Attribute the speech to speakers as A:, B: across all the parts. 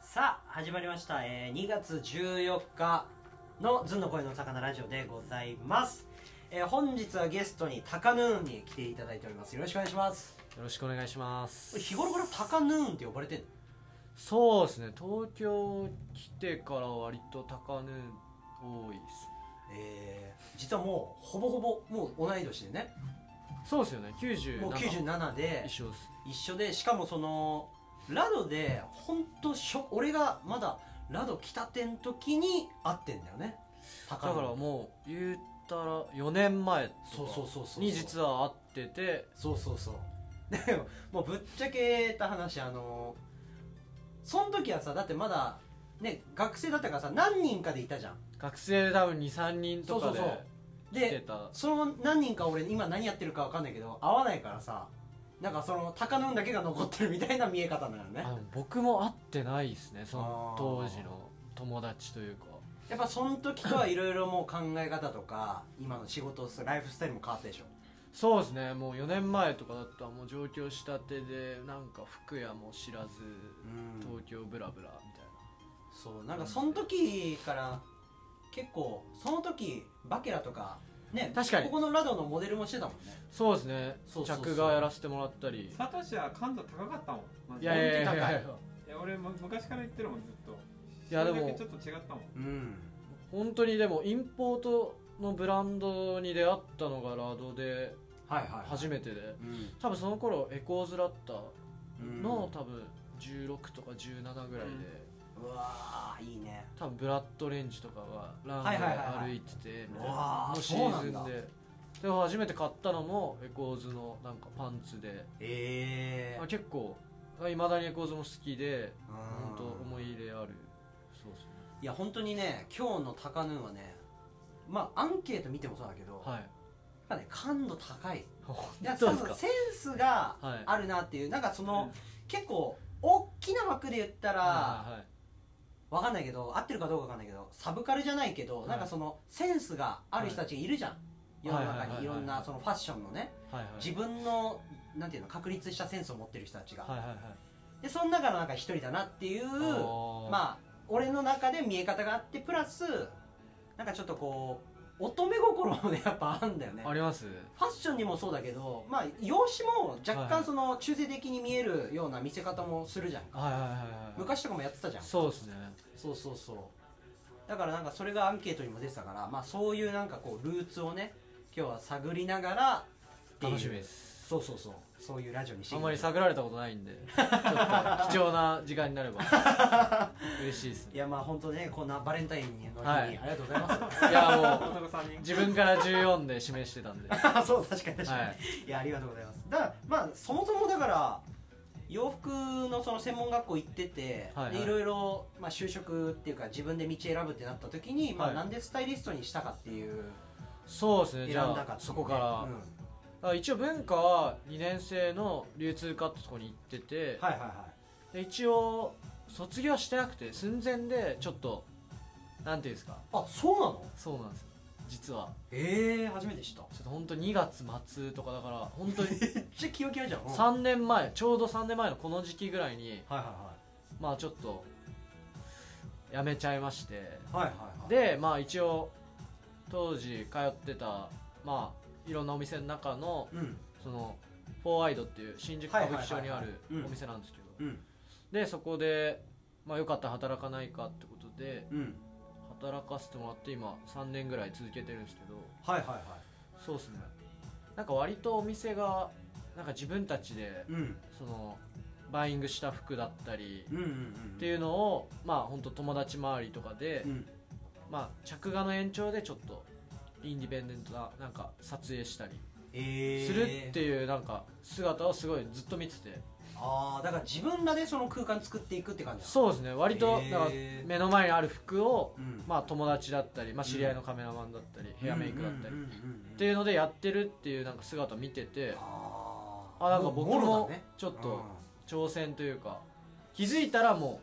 A: さあ始まりました、えー2月14日の「ずんの声の魚ラジオ」でございます、えー本日はゲストにタカヌーンに来ていただいておりますよろしくお願いします
B: よろしくお願いします
A: 日頃からタカヌーンって呼ばれてんの
B: そうですね東京来てから割と高値多いです
A: えー実はもうほぼほぼもう同い年でね
B: そうですよね97
A: もう97で
B: 一緒です
A: 一緒でしかもそのラドで本当俺がまだラド来たてん時に会ってんだよねだ
B: だからもう言ったら4年前とか
A: そうそうそうそう
B: に実は会ってて
A: そうそうそうでももうぶっちゃけた話あのその時はさだってまだね学生だったからさ何人かでいたじゃん
B: 学生多分23人とかで
A: そうそう
B: 来て
A: で
B: た
A: その何人か俺今何やってるか分かんないけど会わないからさなんかその鷹の運だけが残ってるみたいな見え方なのね
B: あでも僕も会ってないですねその
A: あー
B: 当時の友達というか
A: やっぱその時とはいろいろもう考え方とか今の仕事ライフスタイルも変わったでしょ
B: そうですねもう4年前とかだったらもう上京したてでなんか服屋も知らず
A: うん
B: 東京ブラブラみたいな
A: そうなんかその時から結構その時バケラとかね
B: 確かに
A: ここのラドのモデルもしてたもんね
B: そうですね
A: そうそうそう
B: 着がやらせてもらったり
C: サトシは感度高かったもんマジ
B: い
C: で
B: やいやいや
A: 本当
B: いや
A: に高い
B: いや
C: いや俺も昔から言ってるもんずっと
B: いやでも
C: それだけちょっと違ったもん
A: うん
B: 本当にでもインポートのブランドに出会ったのがラドで
A: はいはい、
B: 初めてで
A: うん
B: 多分その頃エコーズだった
A: うん
B: の多分16とか17ぐらいで、
A: うわーいいね
B: 多分ブラッドレンジとかがランウェ
A: はいはいはいはい
B: イ歩いててみたいう
A: わ
B: な
A: ー
B: のシーズ
A: そうな
B: ン
A: んだ
B: でで初めて買ったのもエコーズのなんかパンツで、
A: ええ
B: まあ、結構いまだにエコーズも好きで
A: うん
B: 本当思い入れあるそうですね
A: いや本当にね今日のタカヌーンはねまあアンケート見てもそうだけど、やっ
B: はい
A: ぱね感度高いいや
B: どう
A: 多
B: です
A: 分
B: か
A: センスが
B: はい
A: あるなっていうなんかその、
C: う
A: 結構大きな枠で言ったら、
B: はいはい
A: わかんないけど合ってるかどうかわかんないけどサブカルじゃないけど、
B: はい
A: なんかそのセンスがある人たちがいるじゃん、世の中
B: はいはいはいは
A: に
B: い
A: いろんなそのファッションのね、
B: はいはい
A: 自分のなんていうの確立したセンスを持ってる人たちが、
B: はいはいはい
A: でその中のなんか一人だなっていう
B: あ
A: まあ俺の中で見え方があってプラスなんかちょっとこう乙女心もねやっぱあんだよね
B: ーあります
A: ファッションにもそうだけどまあ容姿も若
B: は
A: 干
B: い
A: その中性的に見えるような見せ方もするじゃんか、
B: はいはいはいはい
A: 昔とかもやってたじゃん
B: そうですね
A: そうそうそうだからなんかそれがアンケートにも出てたからまあそういうなんかこうルーツをね今日は探りながらっていう
B: 楽しみです
A: そうそうそうそういうラジオにして
B: あ
A: いき
B: んま
A: たい
B: り探られたことない んでちょっと貴重な時間になれば 嬉しいです
A: い
B: ね
A: やまあ本当ねこんなバレンタインの日に
B: は
A: あ
B: い
A: りがとうございます、
B: いやもう
C: 男3人
B: 自分から14で指名してた んでは
A: あそう確かに確かに、
B: い
A: い、やありがとうございますだからまあそもそもだから洋服のその専門学校行ってて、
B: はいはい
A: でいろいろ、まあ、就職っていうか自分で道選ぶってなった時に、まあ、
B: はい
A: なんでスタイリストにしたかっていう
B: そうですね
A: 選ん
B: じ
A: だ
B: ゃ
A: かっていうね
B: あそこからあ一応文化は2年生の流通科ってとこに行ってて
A: うんはいはいは
B: で一応卒業はしてなくて寸前でちょっとなんていうんですか
A: いあそうなの
B: そうなんですよ実は
A: ええ初めて知った
B: ちょっと本当2月末とかだから本当に
A: めっちゃ気を切るじゃん うんはい
B: 3年前ちょうど3年前のこの時期ぐらいに
A: はい
B: まあちょっと辞めちゃいまして
A: はいはいはいはい
B: でまあ一応当時通ってたまあいろんなお店の中の
A: うん
B: そのフォーアイドっていう新宿歌舞伎町にあ
A: はいはい
B: る
A: はいはいうん
B: お店なんですけど
A: うん
B: でそこでまあよかったら働かないかってことで
A: うん
B: 働かせてもらって今3年ぐらい続けてるんですけど
A: はいはいは
B: そうですねなんか割とお店がなんか自分たちで
A: いうん
B: そのバイングした服だったり
A: うんうんうん
B: っていうのをまあ本当友達周りとかで、
A: うん
B: まあ着画の延長でちょっとインディペンデントななんか撮影したり
A: ええ
B: するっていうなんか姿をすごいずっと見てて
A: ああだから自分らでその空間作っていくって感じなの
B: そうですね割と
A: へー
B: なんか目の前にある服を
A: うん
B: まあ友達だったりまあ知り合いのカメラマンだったりヘアメイクだったり
A: うんうんうんうん
B: っていうのでやってるっていうなんか姿を見てて
A: あー
B: あなんか僕も
A: だね
B: ちょっ
A: うん
B: と挑戦というか気づいたらも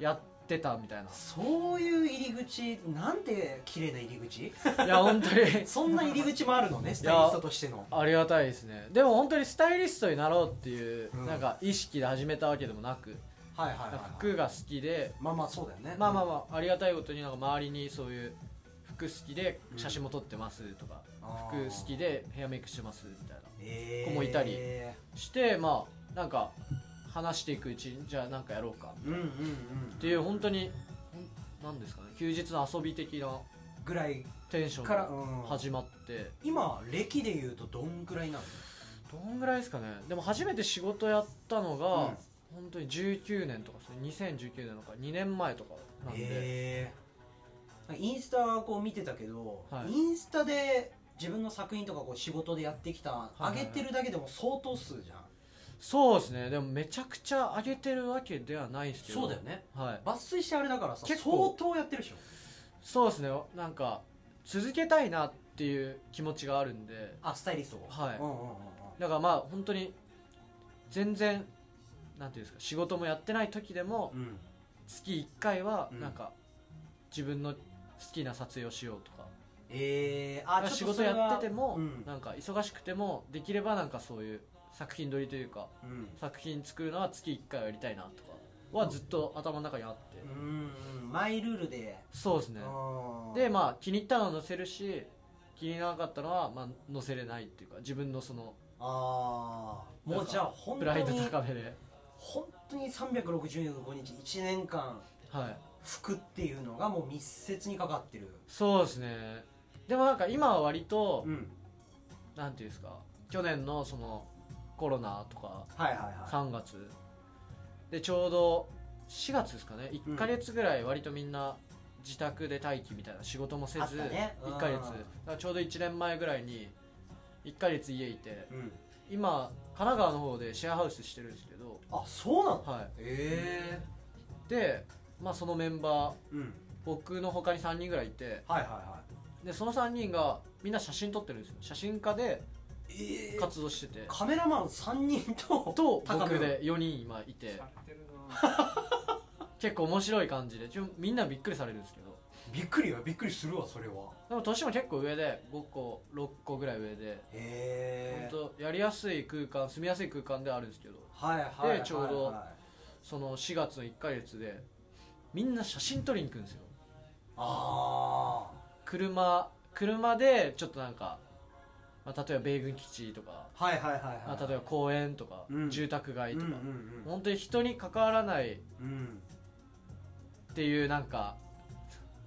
B: うやってたみたい
A: そういう入り口なんて綺麗な入り 口
B: ないや本当に
A: そんな入り口もあるのねスタイリストとしての
B: ありがたいですねでも本当にスタイリストになろうっていう
A: うん
B: なんか意識で始めたわけでもなく、
A: はいはいはい
B: なんか
A: はい
B: 服が好きで
A: まあまあそうだよね
B: まあまあまあありがたいことになんか周りにそういう服好きで写真も撮ってますとか、
A: あ
B: 服好きでヘアメイクしてますみたいな
A: えー、
B: 子もいたりしてまあなんか話していくうちにじゃあなんかやろうか
A: うんうんうん
B: っていう本当にほんなんですかね休日の遊び的な
A: ぐらい
B: テンション
A: から、
B: が
A: うん、
B: 始まって
A: 今歴で言うとどんくらいなの
B: どんぐらいですかねでも初めて仕事やったのが、
A: うん
B: 本当に19年とかですね2019年とか2年前とかなんで、
A: へえインスタはこう見てたけど、
B: はい
A: インスタで自分の作品とかこう仕事でやってきた
B: いはいは
A: 上
B: い
A: げてるだけでも相当数じゃん、
B: そうですねでもめちゃくちゃ上げてるわけではないですけど
A: そうだよね
B: はい
A: 抜粋してあれだからさ
B: 結
A: 相
B: 構
A: 当やってるでしょ
B: そうですねなんか続けたいなっていう気持ちがあるんで
A: あスタイリストを
B: はい
A: うんうんうんうん
B: だからまあ本当に全然なんていうんですか仕事もやってない時でも
A: うん
B: 月1回は
A: うん
B: なんか自分の好きな撮影をしようとか
A: えー、あ
B: 仕事やってて
A: も
B: も
A: うん
B: なんか忙しくてもできればなんかそういう作品撮りというか
A: うん
B: 作品作るのは月1回はやりたいなとかはずっと頭の中にあって
A: うんうんマイルールで、
B: そうですね
A: うん
B: でまあ気に入ったのは載せるし気にならなかったのはまあ載せれないっていうか自分のその
A: ああもうじゃあ本
B: プ
A: 当
B: ライド
A: に
B: 高めで
A: 本当に365日1年間
B: はい
A: 服っていうのがもう密接にかかってる
B: そうですねでもなんか今は割と
A: うん
B: なんていうんですか去年のそのコロナとか
A: はいはいは
B: 3月でちょうど4月ですかね1か月ぐらい割とみんな自宅で待機みたいな仕事もせ
A: あっ
B: ず
A: たねうん
B: 1か月だからちょうど1年前ぐらいに1か月家いて
A: い、うん、
B: 今神奈川の方でシェアハウスしてるんですけど
A: あそうなの
B: は
A: え
B: いでまあそのメンバー
A: えうん
B: 僕の他に3人ぐらいいて
A: はいはいは
B: でその3人がみんな写真撮ってるんですよ写真家で
A: いええ
B: 活動してて、
A: カメラマン3人と
B: と
A: 高め
B: 僕で4人今いて
C: されてるな
B: 結構面白い感じでちょみんなびっくりされるんですけど
A: びっくりはびっくりするわそれは
B: でも年も結構上で5個6個ぐらい上で
A: へえ
B: 本当やりやすい空間住みやすい空間ではあるんですけど
A: はいはいはい、はい、
B: でちょうどその4月の1ヶ月でみんな写真撮りに行くんですよ
A: あ
B: 車車でちょっとなんか、まあ、例えば米軍基地とか、
A: あはいはいはいはい、
B: まあ、例えば公園とか、
A: うん
B: 住宅街
A: うん
B: と
A: う
B: か、
A: ん
B: 本当に人に関わらない
A: うん、うん、
B: っていうなんか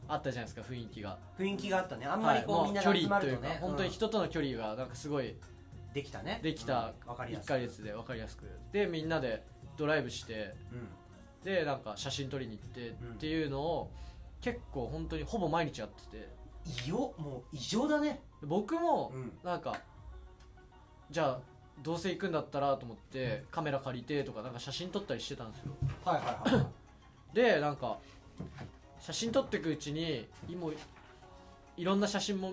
B: あったじゃないですか雰囲気が
A: 雰囲気があったねあんまりこう、
B: はい
A: みんな
B: もう
A: で
B: 距
A: 集ま
B: 離と
A: る
B: いう
A: と
B: か、
A: ね
B: 本当に
A: うん
B: 人との距離がなんかすごい
A: できたね
B: できた
A: うんわかりや
B: 1
A: すい
B: ヶ月で分かりやすくでみんなでドライブして
A: うん
B: でなんか写真撮りに行って
A: うん
B: っていうのを結構本当にほぼ毎日やってて
A: 異様もう異常だね
B: で僕も
A: ん
B: なんかじゃあどうせ行くんだったらと思ってカメラ借りてとかなんか写真撮ったりしてたんですよ
A: はいはいはい
B: でなんか写真撮っていくうちにいもういろんな写真も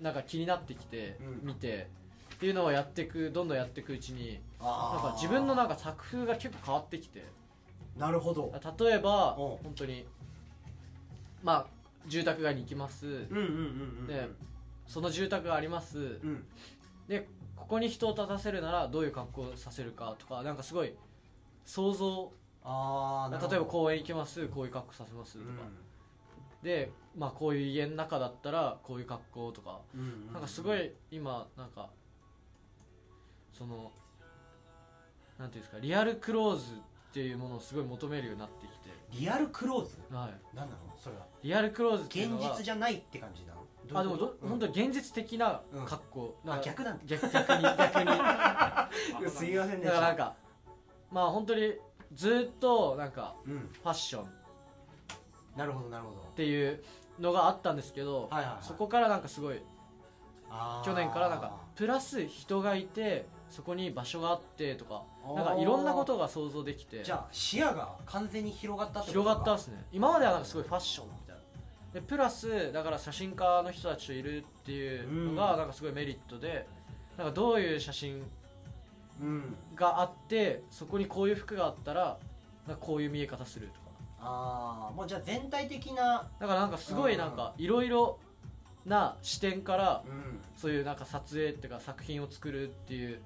B: なんか気になってきて、
A: うん
B: 見てっていうのをやっていくどんどんやっていくうちになん
A: あ
B: か
A: ー
B: 自分のなんか作風が結構変わってきて
A: なるほど
B: 例えば
A: お
B: 本当にまあ住宅街に行きます、
A: うんうんうんうん
B: でその住宅があります、
A: うん
B: でここに人を立たせるならどういう格好をさせるかとかなんかすごい想像
A: ああ
B: 例えば公園行きますこういう格好させますとか、で、まあ、こういう家の中だったらこういう格好とか
A: うんうん
B: なんかすごい今なんかそのなんていうんですかリアルクローズっていうものをすごい求めるようになってきて、
A: リアルクローズ
B: はい、
A: なんなのそれは
B: リアルクローズっていう
A: 現
B: のは
A: 実じゃないって感じなの
B: あでもど、本当
A: に
B: に現実的な格好、なん
A: あ
B: か
A: 逆なん
B: 逆 逆に逆にだか
A: だ すいませんでし
B: ら
A: た
B: なんかまあ本当にずっとなんか
A: うん
B: ファッションっ
A: なるほどなるほど
B: ていうのがあったんですけど、
A: はいはいはい
B: そこからなんかすごい
A: あー
B: 去年からなんかプラス人がいてそこに場所があってとか
A: あー
B: なんかいろんなことが想像できて
A: じゃあ視野が完全に広がったってこと
B: 広が
A: か
B: ったですね今まではなんかすごいファッションみたいなでプラスだから写真家の人たちといるっていうの
A: う
B: が
A: ん
B: なんかすごいメリットでなんかどういう写真
A: うん
B: があってそこにこういう服があったらなんかこういう見え方するとか
A: ああもうじゃあ全体的な
B: だからなんかすごいなんかいろいろな視点から
A: うん
B: そういうなんか撮影っていうか作品を作るっていう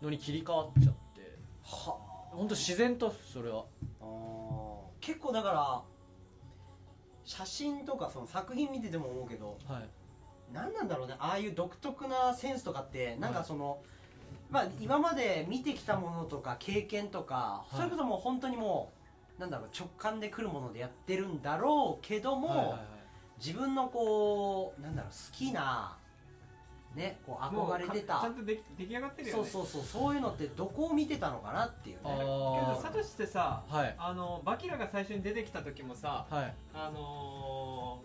B: のに切り替わっちゃって
A: は
B: 本当自然とそれは
A: あ結構だから写真とかその作品見てても思うけど
B: はい
A: 何なんだろうねああいう独特なセンスとかってなんかその、まあ今まで見てきたものとか経験とか、
B: はい
A: それこそもう本当にもうなんだろう直感で来るものでやってるんだろうけども、
B: はいはいはい
A: 自分のこうなんだろう好きなねこう憧れて
C: もうかちゃ
A: た
C: んとでき出来上がってるよ
A: そう
C: ね
A: そうそうそういうのってどこを見てたのかなっていう
B: あ
A: ね
B: ー
C: けどサトシってさ
B: はい
C: あのバキラが最初に出てきた時もさ
B: はい
C: あの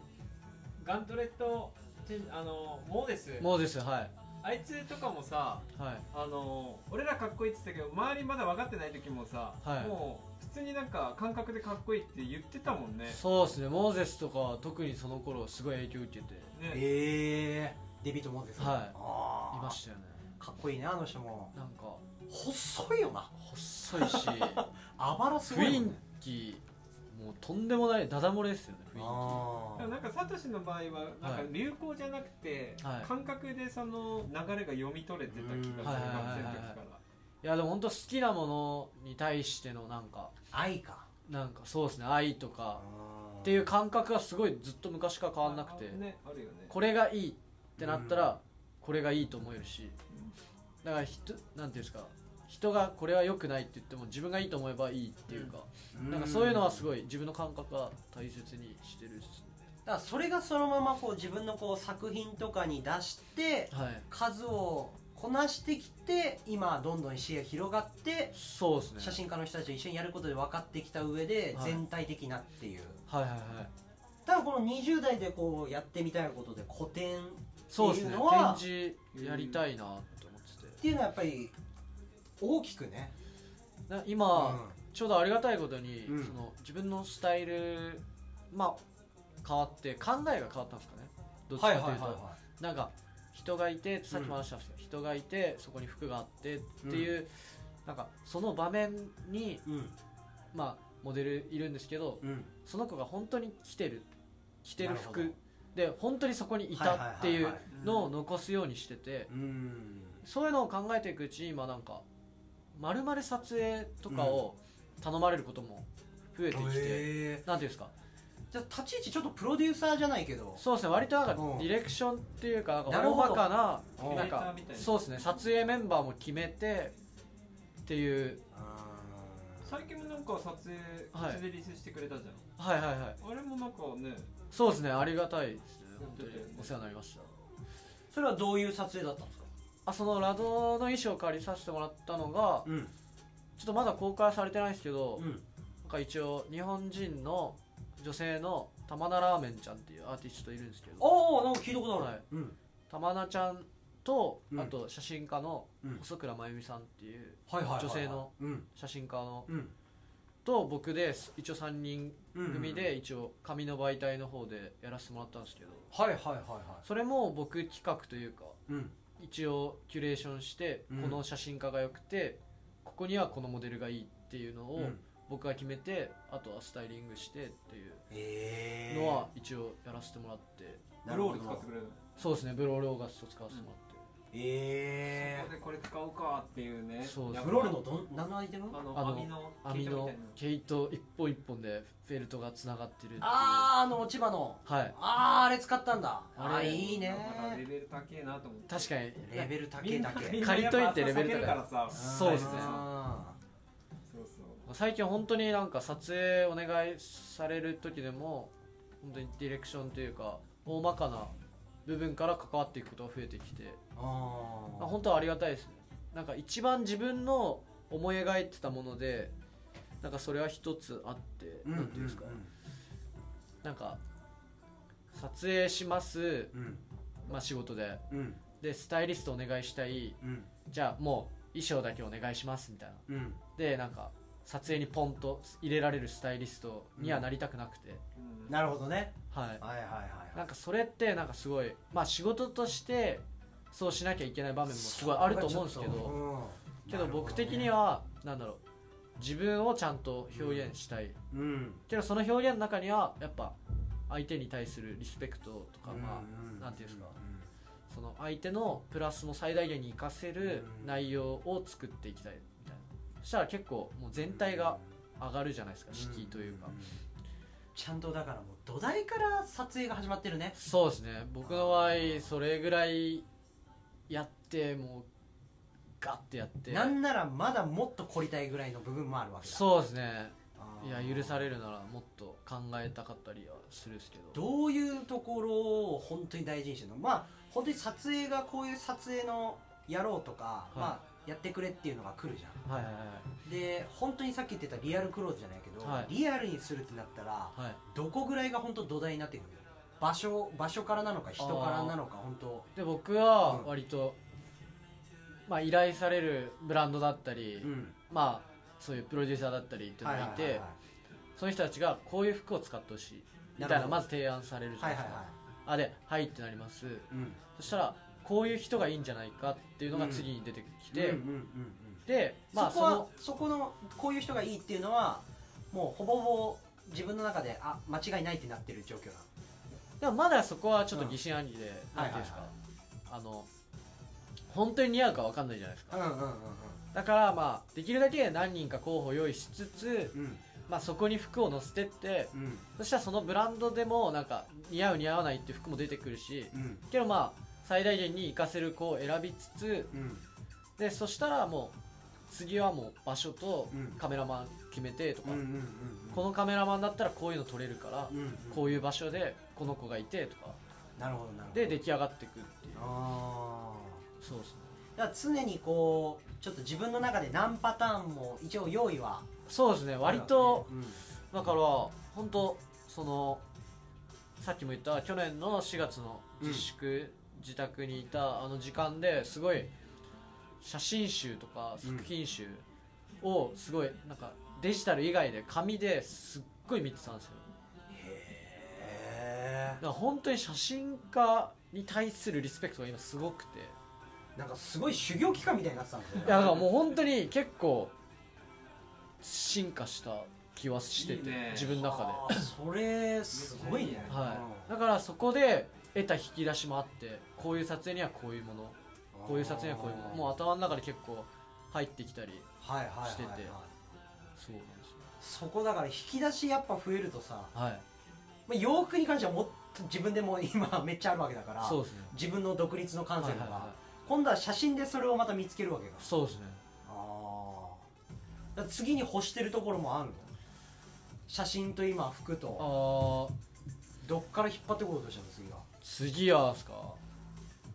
C: ー、ガントレットてあのーモーデス
B: もうですはい
C: あいつとかもさ
B: はい
C: あのー、俺らかっこいいって言ってたけど周りまだ分かってない時もさ、
B: はい
C: もう普通になんか感覚でかっこいいって言ってたもんね
B: そうですねモーゼスとかは特にその頃すごい影響受けて
C: ね
A: えー、デビッド・モーゼス
B: はい
A: あー
B: いましたよね
A: かっこいいねあの人も
B: なんか
A: 細いよな
B: 細いし
A: あばら すごいもん
B: 雰囲
A: ね
B: 気もうとんでもないダダ漏れですよね
A: あ
B: 雰囲気
C: でも
A: ー
C: なんかサトシの場合はなんか
B: はい
C: 流行じゃなくて、
B: はい
C: 感覚でその流れが読み取れてた気がする学生の時
A: うん
C: か
B: はいはいいやでも本当好きなものに対してのなんか
A: 愛か
B: なんかそうですね愛とか
A: っ
B: っていう感覚がすごいずっと昔から
C: ら
B: 変わんなくて
C: あねあるよね
B: これがいいってなった
A: うん
B: らこれがいいと思えるし
C: うん
B: だから人なんていうんですか人がこれは良くないって言っても自分がいいと思えばいいっていうか、なんかそういうのはす
A: い
B: ごい自分の感覚は大切にしてるっす
A: だからそれがそのままこう自分のこう作品とかに出して
B: はい
A: 数をこなしてきて今どんどん視野広がって
B: そうですね
A: 写真家の人たちと一緒にやることで分かってきた上で
B: はい
A: 全体的なっていう、
B: はいはいはい
A: ただこの20代でこうやってみたいことで古典っ
B: そうですね
A: っていうのは
B: 展示やりたいなと思ってて、
A: ていうのはやっぱり大きくね、
B: な今、
A: う
B: ちょうどありがたいことに、
A: うん
B: その自分のスタイルまあ変わって考えが変わったんですかねどっ
A: ん
B: ちか
A: はい
B: とい
A: は
B: う
A: い
B: と、
A: はいはい
B: なんか人がいてさっきも話したんですけど、人がいてそこに服があってっていう、なんかその場面に
A: うん
B: まあモデルいるんですけど
A: うん
B: その子が本当に着てる着てる
A: なる
B: 服で本当にそこにいたってい
A: はは
B: う
A: はは
B: のを残すようにしてて、
A: うん
B: そういうのを考えていくうちに今なんかまるまる撮影とかを頼まれることも増えてきて、
A: へ
B: なんていうんですか
A: ーじゃあ立ち位置ちょっとプロデューサーじゃないけど
B: そうですね割となんか
A: うん
B: ディレクションっていうかなんか
A: なる
B: 大
A: ほ
B: ま
A: ど
B: かな
A: うん
B: なん
C: ディレクター
B: か
C: みたいな
B: そうですね撮影メンバーも決めてっていう
C: 最近もなんか撮影
B: はいう
C: ちでリリースしてくれたじゃん、
B: はいはいはい
C: あれもなんかね
B: そうですねありがたいですね
C: や
B: 本
C: って
B: 当
C: て
B: にお世話になりました
A: それはどういう撮影だったんですか
B: あそのラドの衣装を借りさせてもらったのが
A: うん
B: ちょっとまだ公開はされてないんですけど、
A: うん
B: なんか一応日本人の女性の玉名ラーメンちゃんっていうアーティストいるんですけど
A: ああなんか聞いたことある、
B: はい
A: うん、
B: 玉名ちゃんと
A: うん
B: あと写真家の
A: うん
B: 細倉真由美さんっていう
A: はいはいはいはい
B: 女性の
A: うん
B: 写真家の
A: うん
B: と僕です一応3人
A: うん
B: 組で一応紙の媒体の方でやらせてもらったんですけど
A: はいはいはいは
B: それも僕企画というか
A: いうん
B: 一応キュレーションして
A: うん
B: この写真家が良くてここにはこのモデルがいいっていうの
A: う
B: を
A: ん
B: 僕が決めてあとはスタイリングしてっていう
A: ええ
B: のは一応やらせてもらって
A: なる
C: ロー
A: ほ
C: ル使っ
A: ど
C: てくれるの
B: そうですねブロールオーガスト使わせても
A: え
C: そこでこれ使おうかっていうね
B: そう
A: え
B: で
A: ー、
B: す
A: フロールのどん何のアイテム
C: あ
A: あ
C: の
B: あの
C: 網の
B: らって網
C: 毛糸み
B: の
C: たいな
B: 毛糸一本一本でフェルトがつながってるっていうは
A: あーあの落ち葉の
B: い
A: あああれ使ったんだあ
B: あれ
A: ーいい
C: なんかレ
A: ね
C: ベル高えなと思って
B: 確かに
A: レベル高
C: み
A: え
C: んな
A: だけ
C: みんなやっぱ
B: 借りといてレベル高い
C: 避けるからさ
B: そうですね
A: あ
C: そうそう
B: 最近本当になんか撮影お願いされる時でも本当にディレクションというか大まかな部分から関わっていくことが増えてきて、
A: ーあ
B: まあ、
A: ー
B: 本当はありがたいですねなんか一番自分の思い描いてたものでなんかそれは一つあって
A: うん
B: なんていうんですか、
A: うん
B: なんか撮影します、
A: うん
B: まあ、仕事で
A: うん
B: でスタイリストお願いしたい
A: うん
B: じゃあもう衣装だけお願いしますみたいな
A: うん
B: でなんか撮影にポンと入れられるスタイリストにはなりたくなくて、
C: うん
A: なるほどね
B: はい
A: はいはいはい
B: な
A: は
B: んかそれってなんかすごいまあ仕事としてそうしなきゃいけない場
A: い
B: 面もすごいあると思うんですけど
A: うん
B: けど
A: なるほ
B: 僕
A: ね
B: 的にはなんだろう自分をちゃんと表現したい、
A: うん
B: けどその表現の中にはやっぱ相手に対するリスペクトとかま
A: うんうん
B: なんていうんですか
A: うん
B: あその相手のプラスも最大限に活かせる
A: うん
B: 内容を作っていきたいみたいなそしたら結構もう全体が上がるじゃないですか敷居というか、
A: んちゃんとだからもう土台から撮影が始まってるね
B: そうですね僕の場合それぐらいやってもうガッてやって
A: なんならまだもっと凝りたいぐらいの部分もあるわけだ
B: そうですね
A: あ
B: い
A: ー
B: や許されるならもっと考えたかったりはするっすけど
A: どういうところを本当に大事にしてるのまあ本当に撮影がこういう撮影のやろうとか、
B: い
A: まあやってくれっていうのが来るじゃん
B: はいはい
A: で本当にさっき言ってたリアルクローズじゃないけど、
B: はい
A: リアルにするってなったら
B: はいはい
A: どこぐらいが本当土台になってくるの場所場所からなのか人からなのか本当
B: で僕は
A: うん
B: 割と、まあ、依頼されるブランドだったり、
A: うん
B: まあそういうプロデューサーだったりっていうのがいて、
A: はいはい
B: その人たちがこういう服を使ってほしいみた
A: な
B: い
A: るほ
B: な
A: ど
B: まず提案されるじゃ
A: は
B: な
A: はいい
B: いで
A: は
B: す
A: い
B: か、
A: は
B: あで「はい」ってなります
A: いうん
B: そしたらこういう人がいいんじゃないかっていうのが次に出てきて、
A: うんうんうんうん
B: でまあ
A: そ
B: そ
A: こは
B: の
A: そこのこういう人がいいっていうのはもうほぼほぼ自分の中であ間違いないってなってる状況なの
B: でもまだそこはちょっと
A: うん
B: 疑心暗鬼で、
A: は
B: ないんていうんですか、あの本当に似合うか分かんないじゃないですか、
A: うんうんうん
B: だからまあできるだけ何人か候補用意しつつ、
A: うん
B: まあ、そこに服を載せてって
A: うんうん
B: そしたらそのブランドでもなんか似合う似合わないっていう服も出てくるし
A: うん
B: けどまあ最大限に活かせる子を選びつつ
A: うん
B: でそしたらもう次はもう場所と
A: うん
B: カメラマン決めてとか、
A: うんうんうん
B: このカメラマンだったらこういうの撮れるから、
A: うんうん
B: こういう場所でこの子がいてとか
A: なるほどなるほど
B: で出来上がっていくっていう
A: あ
B: そうですね
A: あだから常にこうちょっと自分の中で何パターンも一応用意は
B: そうですね割と
A: うん
B: だから本当そのさっきも言った去年の4月の自粛、自宅にいたあの時間ですごい写真集とか作品集をすごいなんかデジタル以外で紙ですっごい見てたんですよ
A: へ
B: だから本当に写真家に対するリスペクトが今すごくて
A: えんかすごい修行期間みたいになってたんだよ
B: いやだからもう本当に結構進化した気はしてて
C: いいね
B: 自分の中で
A: あーそれすごいね
B: はい、だからそこで得た引き出しもあってこういう撮影にはこういうものこういう撮影にはこういうものもう
A: う
B: 頭の中で結構入ってきたり
A: はいはいはいはい
B: しててそうなんですよ
A: そこだから引き出しやっぱ増えるとさ、
B: はい
A: まあ、洋服に関してはもっと自分でも今めっちゃあるわけだから
B: そうですね
A: 自分の独立の感性
B: は
A: と
B: い
A: か、
B: はいは
A: 今度は写真でそれをまた見つけるわけだ
B: いそうですね
A: ああ次に欲してるところもあるの写真と今服
B: あ
A: と
B: ー
A: どっから引っ張ってこようとしたの次は
B: 次はですか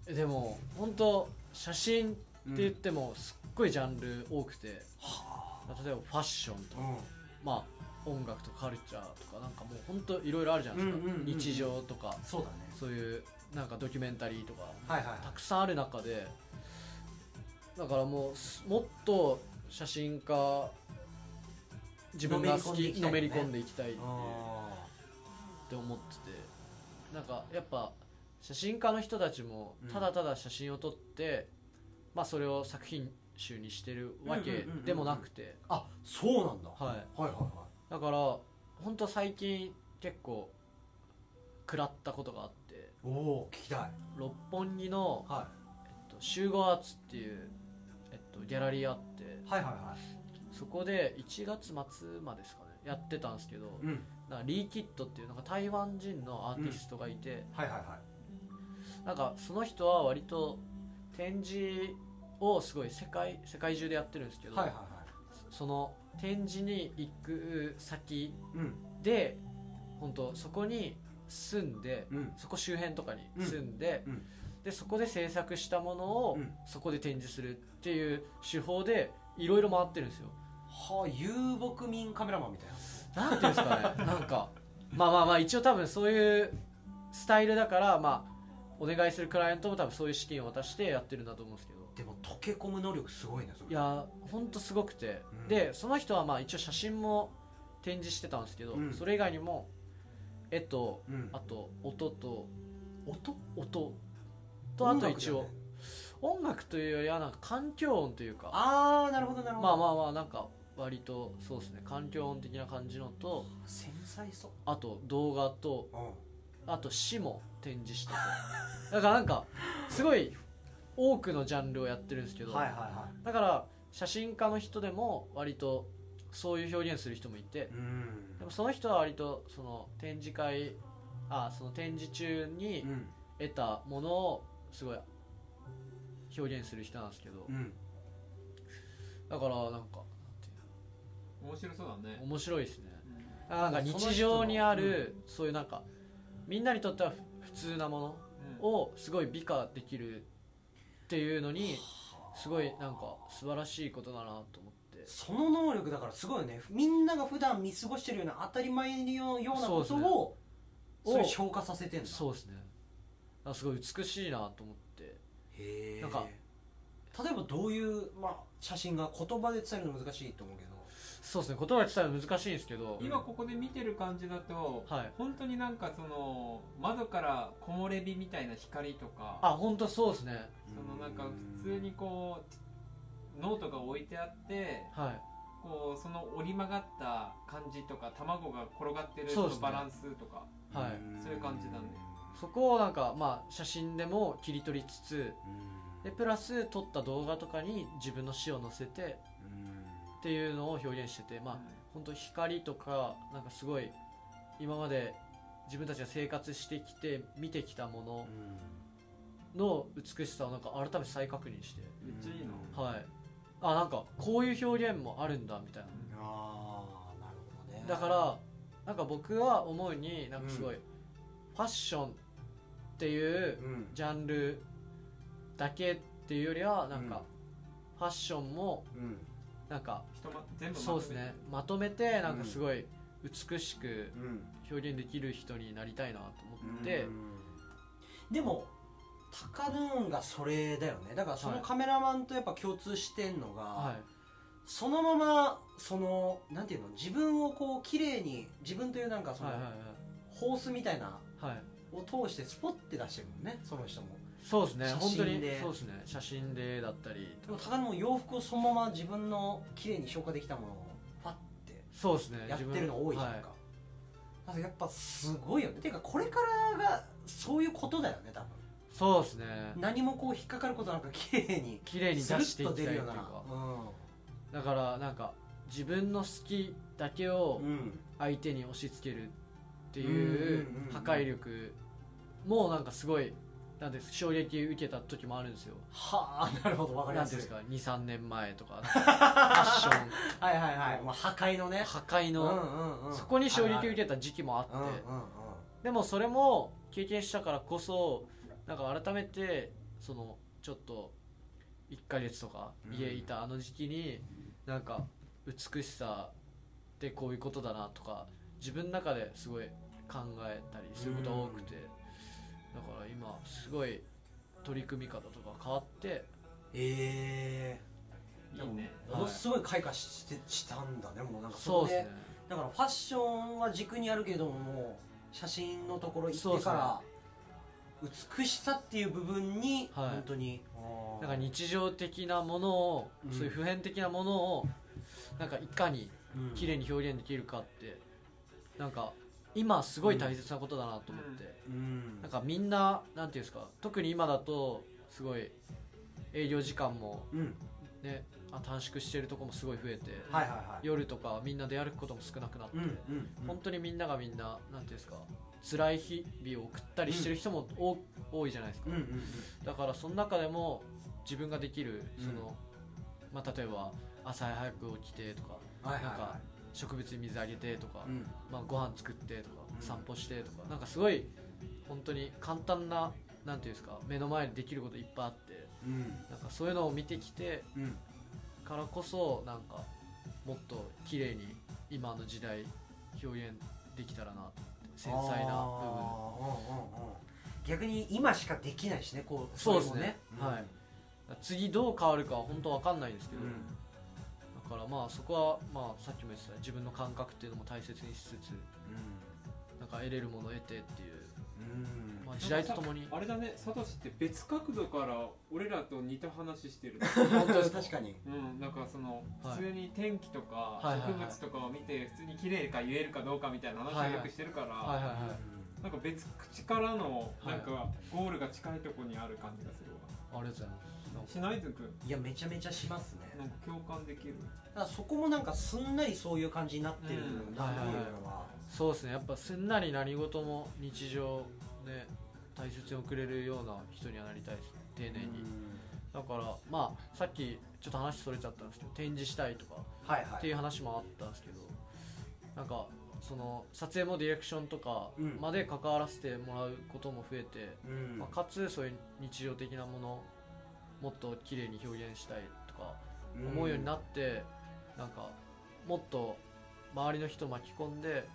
B: えでも本当写真って言ってもすっごいジャンル多くて、
A: は
B: 例えばファッションと
A: あ
B: か、まあ音楽とかカルチャーとかなんかもう本当いろいろあるじゃないですか、
A: うんうんうんうん
B: 日常とか
A: そうだね
B: そういうなんかドキュメンタリーとか
A: はいはいはい
B: たくさんある中でだからもうすもっと写真家自分が好きの
A: の
B: め
A: め
B: り
A: り
B: 込
A: 込
B: ん
A: ん
B: でいきたいって
A: あ
B: 思っててなんかやっぱ写真家の人たちも
A: うん
B: ただただ写真を撮って、まあそれを作品集にしてるわ
A: うんうん
B: け
A: うんうんうん
B: でもなくて、
A: ーあそうなんだ、
B: はい、
A: はいはいはい
B: だから本当最近結構食らったことがあって
A: おお聞きたい
B: 六本木の、
A: は
B: えっと、集合アーツっていう、えっと、ギャラリーあって、
A: いはいはいは
B: そこで1月末までですかねやってたんですけど
A: いうん
B: なんかリー・キッドっていうなんか台湾人のアーティストがいて、
A: はいはいは
B: なんかその人は割と展示をすごい世界世界中でやってるんですけ
A: い
B: ど、
A: はいはいは
B: その展示に行く先
A: いうん
B: で本当そこに住んで
A: うん
B: そこ周辺とかに住んで,、
A: うん
B: でそこで制作したものを
A: うん
B: そこで展示するっていう手法でいろいろ回ってるんですよ。
A: はあ遊牧民カメラマンみたいな
B: なんていうんですか ねなんかまあまあまあ一応多分そういうスタイルだからまあお願いするクライアントも多分そういう資金を渡してやってるんだと思うんですけど
A: でも溶け込む能力すごいねそれ
B: いやほんとすごくて、
A: うん
B: でその人はまあ一応写真も展示してたんですけど、
A: うん
B: それ以外にも絵と
A: うん
B: あと音と
A: 音
B: 音とあと一応
A: 音楽だよね
B: 音楽,、というよりはなんか環境音というか
A: ああなるほどなるほど
B: まあまあまあなんか割とそうですね環境音的な感じのと
A: 繊細そう
B: あと動画と
A: う
B: あと詩も展 示しててだからなんかすごい多くのジャンルをやってるんですけど、
A: はいはいはい
B: だから写真家の人でも割とそういう表現する人もいて
A: うん
B: でもその人は割とその展示会あその展示中に
A: うん
B: 得たものをすごい表現する人なんですけど
A: うん
B: だからなんかなんていう
C: 面白そうだ
B: の
C: ね、
B: 面白いですね
C: うん
B: あなんか
A: その人の
B: 日常にあるそういうなんかみんなにとっては普通なものをすごい美化できるっていうのにすごいなんか素晴らしいことだなと思って
A: その能力だからすごいよねみんなが普段見過ごしてるような当たり前のようなこと
B: そうですね
A: を
B: を
A: それ消化させてんだ
B: そうですねあすごい美しいなと思って
A: へえ
B: なんか
A: 例えばどういう、まあ、写真が言葉で伝えるの難しいと思うけど
B: そうですね言葉で伝えるの難しいんですけど
C: 今ここで見てる感じだと、
B: はい
C: 本当になんかその窓から木漏れ日みたいな光とか
B: あ本当そうですね
C: そのなんか普通にこうノートが置いてあって
B: はい
C: こうその折り曲がった感じとか卵が転がってる
B: そうですね
C: バランスとか
B: はい
A: ん
C: そういう感じなんだよ
B: そこをなんかまあ写真でも切り取りつつ
A: うん
B: でプラス撮った動画とかに自分の詩を載せて
A: うん
B: っていうのを表現しててまあ本当光とかなんかすごい今まで自分たちが生活してきて見てきたものの美しさをなんか改めて再確認して
C: めっちゃいいの
A: うん
B: はいあなんかこういう表現もあるんだみたいな
A: ああなるほどね
B: だからなんか僕は思うになんかすごい、ファッションっていう
A: うん
B: ジャンルだけっていうよりはなんか、ファッションも
A: うん
B: なんか
C: 人ま全部まとめて
B: そうですねまとめてなんかすごい美しく
A: うん
B: 表現できる人になりたいなと思って、
A: でもタカヌーンがそれだよねだからその
B: はい
A: カメラマンとやっぱ共通してんのが、
B: はい
A: そのままそのなんていうの自分をこう綺麗に自分というなんかその、
B: はいはい
A: ホースみたいな
B: はいはい
A: を通してスポッて出してるもんねその人も
B: そうですね
A: 写
B: 本当
A: 真
B: に
A: で
B: そうですね写真でだったり
A: でもタカヌーンも洋服をそのまま自分の綺麗に消化できたものをパッて
B: そうですね
A: やってるの多いじゃんか、
B: はい
A: だからやっぱすごいよねていうかこれからがそういうことだよね多分
B: そうですね
A: 何もこう引っかかることなく綺麗に
B: 綺麗に出していきたいっていう
A: スルッと出る
B: か
A: よ
B: だからなんか自分の好きだけを
A: うなうん
B: 相手に押し付けるっていう
A: うんうんうんうん
B: 破壊力もなんかすごいなんで衝撃受けた時もあるんですよ
A: はあなるほどわかり
B: な
A: ま
B: んてい
A: す
B: うんですか23年前とかファッション
A: はいはいはいもう破壊のね
B: 破壊の、
A: うんうんうん
B: そこに衝撃受
A: て
B: けた時期もあって、
A: うんうんうん
B: でもそれも経験したからこそなんか改めてそのちょっと1ヶ月とか
A: うん
B: 家いたあの時期になんか美しさってこういうことだなとか自分の中ですごい考えたりすることが多くてだから今すごい取り組み方とか変わって
A: ええ
C: いいね
A: ものすごい開花してしたんだねもうなんか
B: そう
A: そ
B: です
A: れで
B: ね
A: だからファッションは軸にあるけどももう写真のところ行
B: そ
A: っ
B: うで
A: て
B: す
A: か
B: ね
A: ら美しさっていう部分に
B: はい
A: 本当に
B: なんか日常的なものを
A: うん
B: そういう普遍的なものをなんかいかに
A: うん
B: 綺麗に表現できるかってなんか今すごい大切なことだなと思って、
A: うん
B: なんかみんななんていうんですか特に今だとすごい営業時間も
A: うん
B: ねあ短縮してるとこもすごい増えて、
A: はいはいはい
B: 夜とかみんな出歩くことも少なくなって、
A: うんうんうん
B: 本当にみんながみんななんていうんですか辛い日々を送ったりしてる人も多,、多いじゃないですか、
A: うんうんうん
B: だからその中でも自分ができるその、まあ、例えば朝早く起きてとか
A: はいはい
B: なん
A: は
B: か植物に水あげてとか、
A: いうん
B: まあ、ご飯作ってとか
A: うん
B: 散歩してとか、なんかすごい本当に簡単ななんていうんですか目の前にできることいっぱいあって
A: うん
B: なんかそういうのを見てきて
A: うん
B: からこそなんかもっと綺麗に今の時代表現できたらなと繊細な
A: あーうんうんうん逆に今しかできないしねこう
B: そうです
A: れ
B: ね
A: も
B: はい部分次どう変わるかは本当わかんないんですけ
A: う
B: ど、
A: ん
B: だからまあそこはまあさっきも言ってた自分の感覚っていうのも大切にしつつなんか得れるものを得てっていう、
A: うん
B: まあ、時代とともに
C: あれだねサトシって別角度から俺らと似た話して る
B: 本当ですか
A: 確かに
C: うんなんかその
B: はい
C: 普通に天気とか
B: はいはいはい
C: 植物とかを見て普通に綺麗か言えるかどうかみたいな
B: は
C: 話
B: い
C: を
B: はい
C: よくしてるから、
B: はいはいはい
C: なんか別口からの
B: はい
C: なんかゴールが近いとこにある感じがするわ、
B: ありがとうございます
C: しないずくん
A: いやめちゃめちゃしますね
C: なんか共感できる
A: だからそこもなんかすんなりそういう感じになってる
C: うん
A: なっていうのは、
B: そうですねやっぱすんなり何事も日常ね大切に送れるような人にはなりたいです丁寧に、だからまあさっきちょっと話それちゃったんですけど展示したいとか
A: はいは
B: って
A: い
B: いう話もあったんですけどなんかその撮影もディレクションとか
A: うん
B: まで関わらせてもらうことも増えて、
A: うん
B: まあ、かつそういう日常的なものもっと綺麗に表現したいとか思うようになって、なんかもっと周りの人を巻き込んで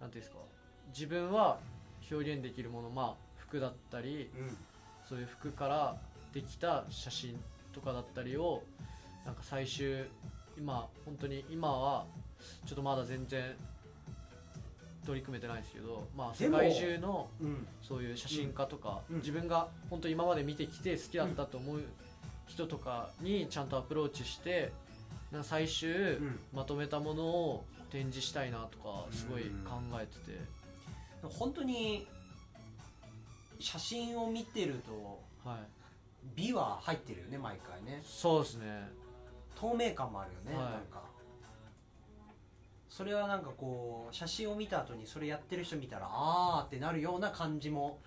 B: なんていうんですか自分は表現できるものまあ服だったり
A: うん
B: そういう服からできた写真とかだったりをなんか最終今本当に今はちょっとまだ全然取り組めてないんですけど、まあ、
A: で
B: 世
A: も
B: 界中の
A: うん
B: そういう写真家とか、
A: うんうん
B: 自分が本当今まで見てきて好きだったと思う人とかにちゃんとアプローチしてな最終
A: うん
B: まとめたものを展示したいなとかすごい考えてて、
A: でも本当に写真を見てると
B: はい、
A: 美は入ってるよね毎回ね
B: そうですね
A: 透明感もあるよね、
B: はい
A: なんかそれはなんかこう写真を見た後にそれやってる人見たらあーってなるような感じも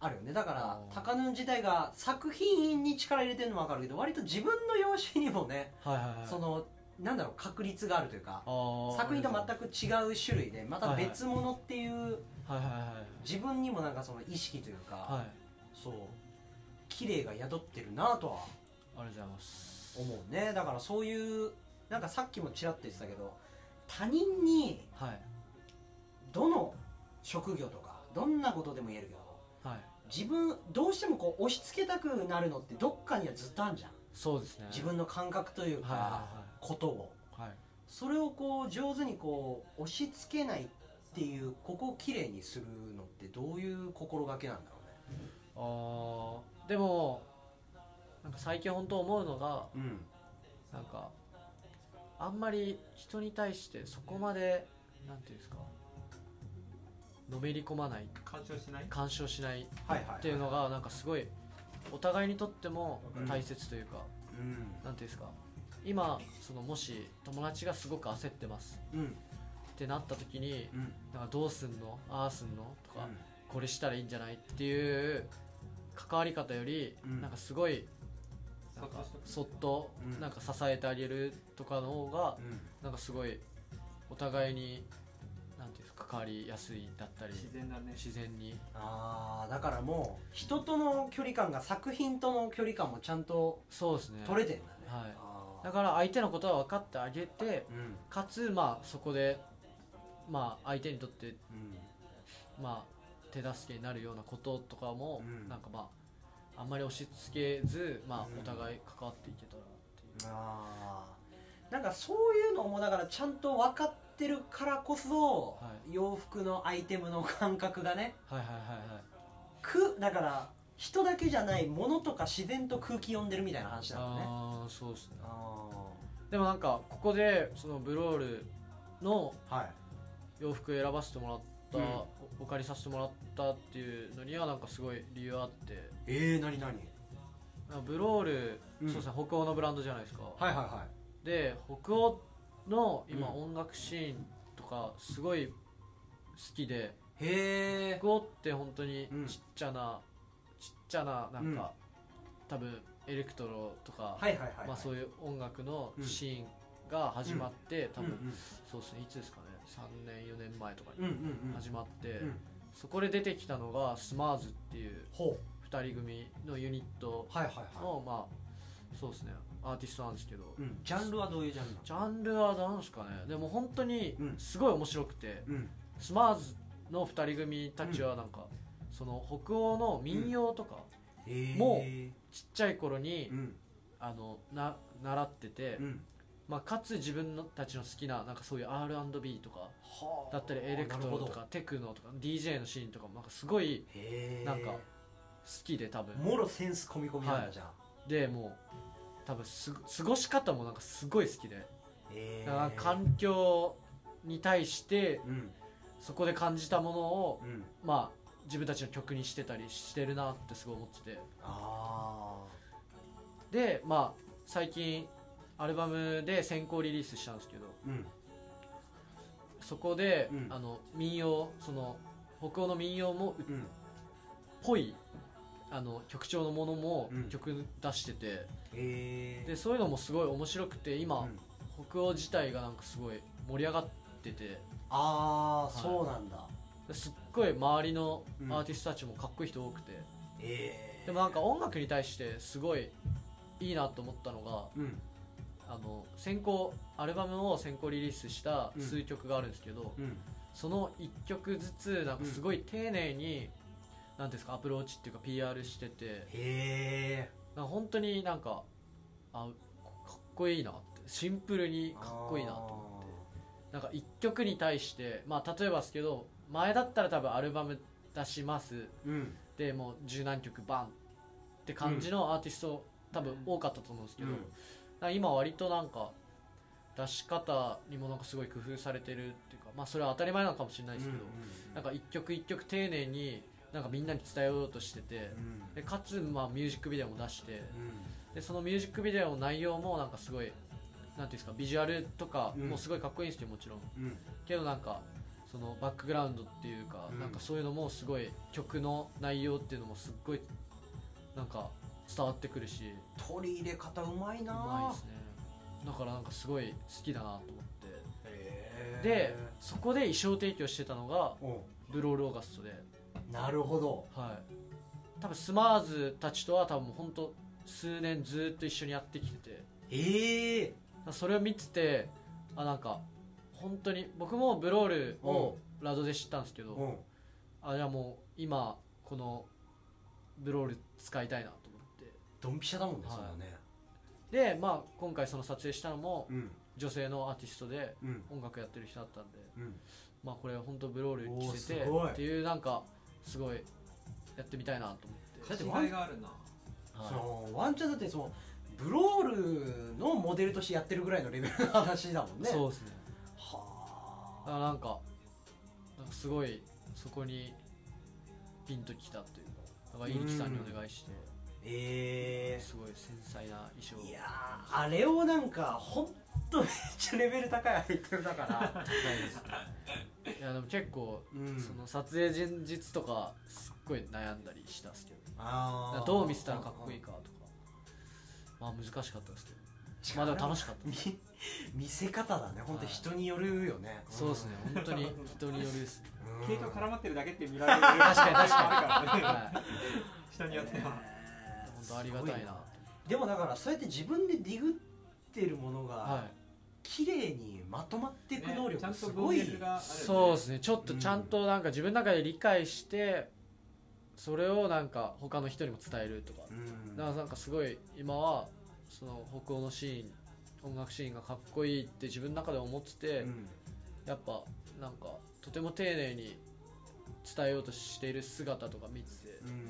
A: あるよねだから
B: あー
A: 高野自体が作品に力入れてるのも分かるけど割と自分の用紙にもね、
B: はいはいはい
A: そのなんだろう確率があるというか
B: あー
A: 作品と
B: ありが
A: 全く違う種類でまた別物っていう
B: とうございますはいはい
A: 自分にもなんかその意識というか、
B: はいはい
A: そう綺麗が宿ってるなとは
B: ありがとうございます
A: 思うねだからそういうなんかさっきもちらっと言ってたけど他人に
B: はい
A: どの職業とかどんなことでも言えるけど
B: はい
A: 自分どうしてもこう押し付けたくなるのってどっかにはずっとあるじゃん
B: そうですね
A: 自分の感覚という
B: はい
A: かことを
B: はいはいはい
A: それをこう上手にこう押し付けないっていうここをきれいにするのってどういう心がけなんだろ
B: あーでもなんか最近本当思うのが
A: うね
B: なんかあんまり人に対してそこまでなんていうんですかのめり込まない
C: 干渉しない
B: 干渉しない
A: うんはいはい
B: っていうのがなんかすごいお互いにとっても大切という
A: う
B: か、
A: ん
B: なんていうんですか今そのもし友達がすごく焦ってます
A: うん
B: ってなった時に
A: うん
B: なんかどうすんのああすんのとか、
A: うん
B: これしたらいいんじゃないっていう関わり方より、
A: うん
B: なんかすごい
C: そっとしとく
B: そっと
A: うん
B: なんか支えてあげるとかの方がなんかすごいお互いになんていうんですか関わりやすいだったり
C: 自然だね
B: 自然に
A: あーだからもう人との距離感が作品との距離感もちゃんと
B: そうですね
A: 取れてんだね、
B: はい
A: あー
B: だから相手のことは分かってあげて
A: うん
B: かつまあそこでまあ相手にとってまあ手助けになるようなこととかも、
A: うん
B: なんかまああんまり押し付けずま
A: うん
B: あお互い関わっていけたらっていう、
A: あーなんかそういうのもだからちゃんと分かってるからこそ、
B: は
A: 洋服のアイテムの感覚がね
B: はいはいはいはい
A: くだから人だけじゃないものとか自然と空気読んでるみたいな話なんだね
B: ああそうですね
A: あ
B: でもなんかここでそのブロールの
A: ーはい
B: 洋服選ばせてもらった、
A: うん
B: おお借りさせてもらったっていうのにはなんかすごい理由あって
A: えー、何何
B: なんかブロール、
A: うん
B: そうですね北欧のブランドじゃないですか、
A: はいはいは
B: で北欧の今
A: うん
B: 音楽シーンとかすごい好きで、
A: いへえ
B: 北欧って本当に
A: うん
B: ちっちゃな、ちっちゃななんか、多分エレクトロとか、
A: はいはいはいはい
B: まあ、そう
A: いう
B: ういう音楽のシーンが始まって、多分、そうですねいつですかね3年4年前とか
A: うんう
B: に
A: んうん
B: 始まって、
A: うん
B: そこで出てきたのがスマーズっていう
A: ほ
B: 2人組のユニット
A: うはいはいはい
B: のまあそうですねアーティストなんですけど、
A: うん、ジャンルはどういうジャンルな
B: ジャンルは何ですかねでも本当に
A: うん
B: すごい面白くて、
A: の、うん、
B: スマーズの2人組たちはなんか、その北欧の民謡とか、もちっちゃい頃に、
A: うん
B: あのな習ってて、
A: うん、
B: まあ、かつ自分のたちの好きななんかそういう R&B とか
A: は
B: だったりエレクトロとかテクノとか DJ のシーンとかもなんかすごい
A: へえ
B: なんか好きで多分
A: もろセンス込み込みなんだ
B: はい
A: じゃん、
B: でもう多分す過ごし方もなんかすごい好きで
A: へえ
B: だから環境に対して
A: うん
B: そこで感じたものを
A: うん
B: まあ自分たちの曲にしてたりしてるなってすごい思ってて
A: あ
B: でまあ最近アルバムで先行リリースしたんですけど
A: うん
B: そこで、
A: うん
B: あの民謡その北欧の民謡もっ
A: うん
B: ぽいあの曲調のものも
A: うん
B: 曲出してて、
A: えー、
B: でそういうのもすごい面白くて今、
A: うん
B: 北欧自体がなんかすごい盛り上がってて
A: ああ、
B: い
A: そうなんだ
B: すっごい周りの
A: うん
B: アーティストたちもかっこいい人多くて、
A: えー、
B: でもなんか音楽に対してすごいいいなと思ったのが
A: うん
B: あの先行アルバムを先行リリースした
A: うん
B: 数曲があるんですけど、
A: うん
B: その1曲ずつなんかすごい丁寧に、なんていうんですかアプローチっていうか PR してて
A: へえ
B: なんか本当になんかあかっこいいなってシンプルにかっこいいなと思ってなんか1曲に対してまあ例えばですけど前だったら多分アルバム出します
A: うん
B: でもう十何曲バンって感じのアーティスト、多分多かったと思うんですけど、
A: うん
B: なんか今割となんか出し方にもなんかすごい工夫されてるっていうかまあそれは当たり前なのかもしれないですけど、なんか一曲一曲丁寧になんかみんなに伝えようとしてて
A: う、ん
B: でかつまあミュージックビデオも出して
A: うん
B: でそのミュージックビデオの内容もなんかすごいなんていうんですかビジュアルとか
A: うん
B: もすごいかっこいいんですけどもちろん
A: うん
B: けどなんかそのバックグラウンドっていうか、
A: うん
B: なんかそういうのもすごい曲の内容っていうのもすっごいなんか伝わってくるし
A: 取り入れ方うまいうな
B: まいですねだからなんかすごい好きだなと思って
A: へ
B: でそこで衣装提供してたのが
A: ーお
B: ブロールオーガストで
A: なるほど
B: はい多分スマーズたちとは多分本当数年ずっと一緒にやってきてて
A: ええ
B: それを見ててあなんか本当に僕もブロールをラドで知ったんですけど、
A: うん
B: あじゃあもう今このブロール使いたいなと思って
A: ドンピシャだもんね
B: はい
A: それはね
B: でまあ今回その撮影したのも
A: うん
B: 女性のアーティストで
A: うん
B: 音楽やってる人だったんで
A: うん
B: まあこれ本当ブロール
A: おー
B: 着せて
A: すごい
B: っていうなんかすごいやってみたいなと
A: だって
C: 違いがあるな
B: 思っ
A: そ
B: て、はい
A: のワンチャンだってそのブロールのモデルとしてやってるぐらいのレベルの話だもんね
B: そうですねだ
A: は
B: からなんかなんかすごいそこにピンときたというかだから入木さんにお願いして
A: あええ
B: すごい繊細な衣装を
A: いやーあれをなんかほんとめっちゃレベル高いアイテムだ から、
B: いやでも結構
A: うん
B: その撮影前日とかすっごい悩んだりしたっすけどだか
A: あ
B: らどう見せたらかっこいいかとかまあ難しかっ たですけどまあでも楽しかった
A: 見 見せ方だね本当
B: はい
A: 人によるよね、
B: そうですね本当に人による ですね
A: うん
C: 毛糸絡まってるだけって見られる確
B: かに確かに
C: に
B: はい
C: 人によっては
A: えー
B: 本当ありがた
A: す
B: い
A: ご
B: な
A: でもだからそうやって自分でディグってるもの
B: は
A: が綺麗にまとまっていく能力すご
C: 合
A: い、
C: 理があ
B: い
C: る
B: そうですねちょっとちゃんとなんか自分の中で理解してそれをなんか他の人にも伝えるとか
A: うん
B: だからなんかすごい今はその北欧のシーン音楽シーンがかっこいいって自分の中で思ってて、
A: うん
B: やっぱなんかとても丁寧に伝えようとしている姿とか見てて
A: うん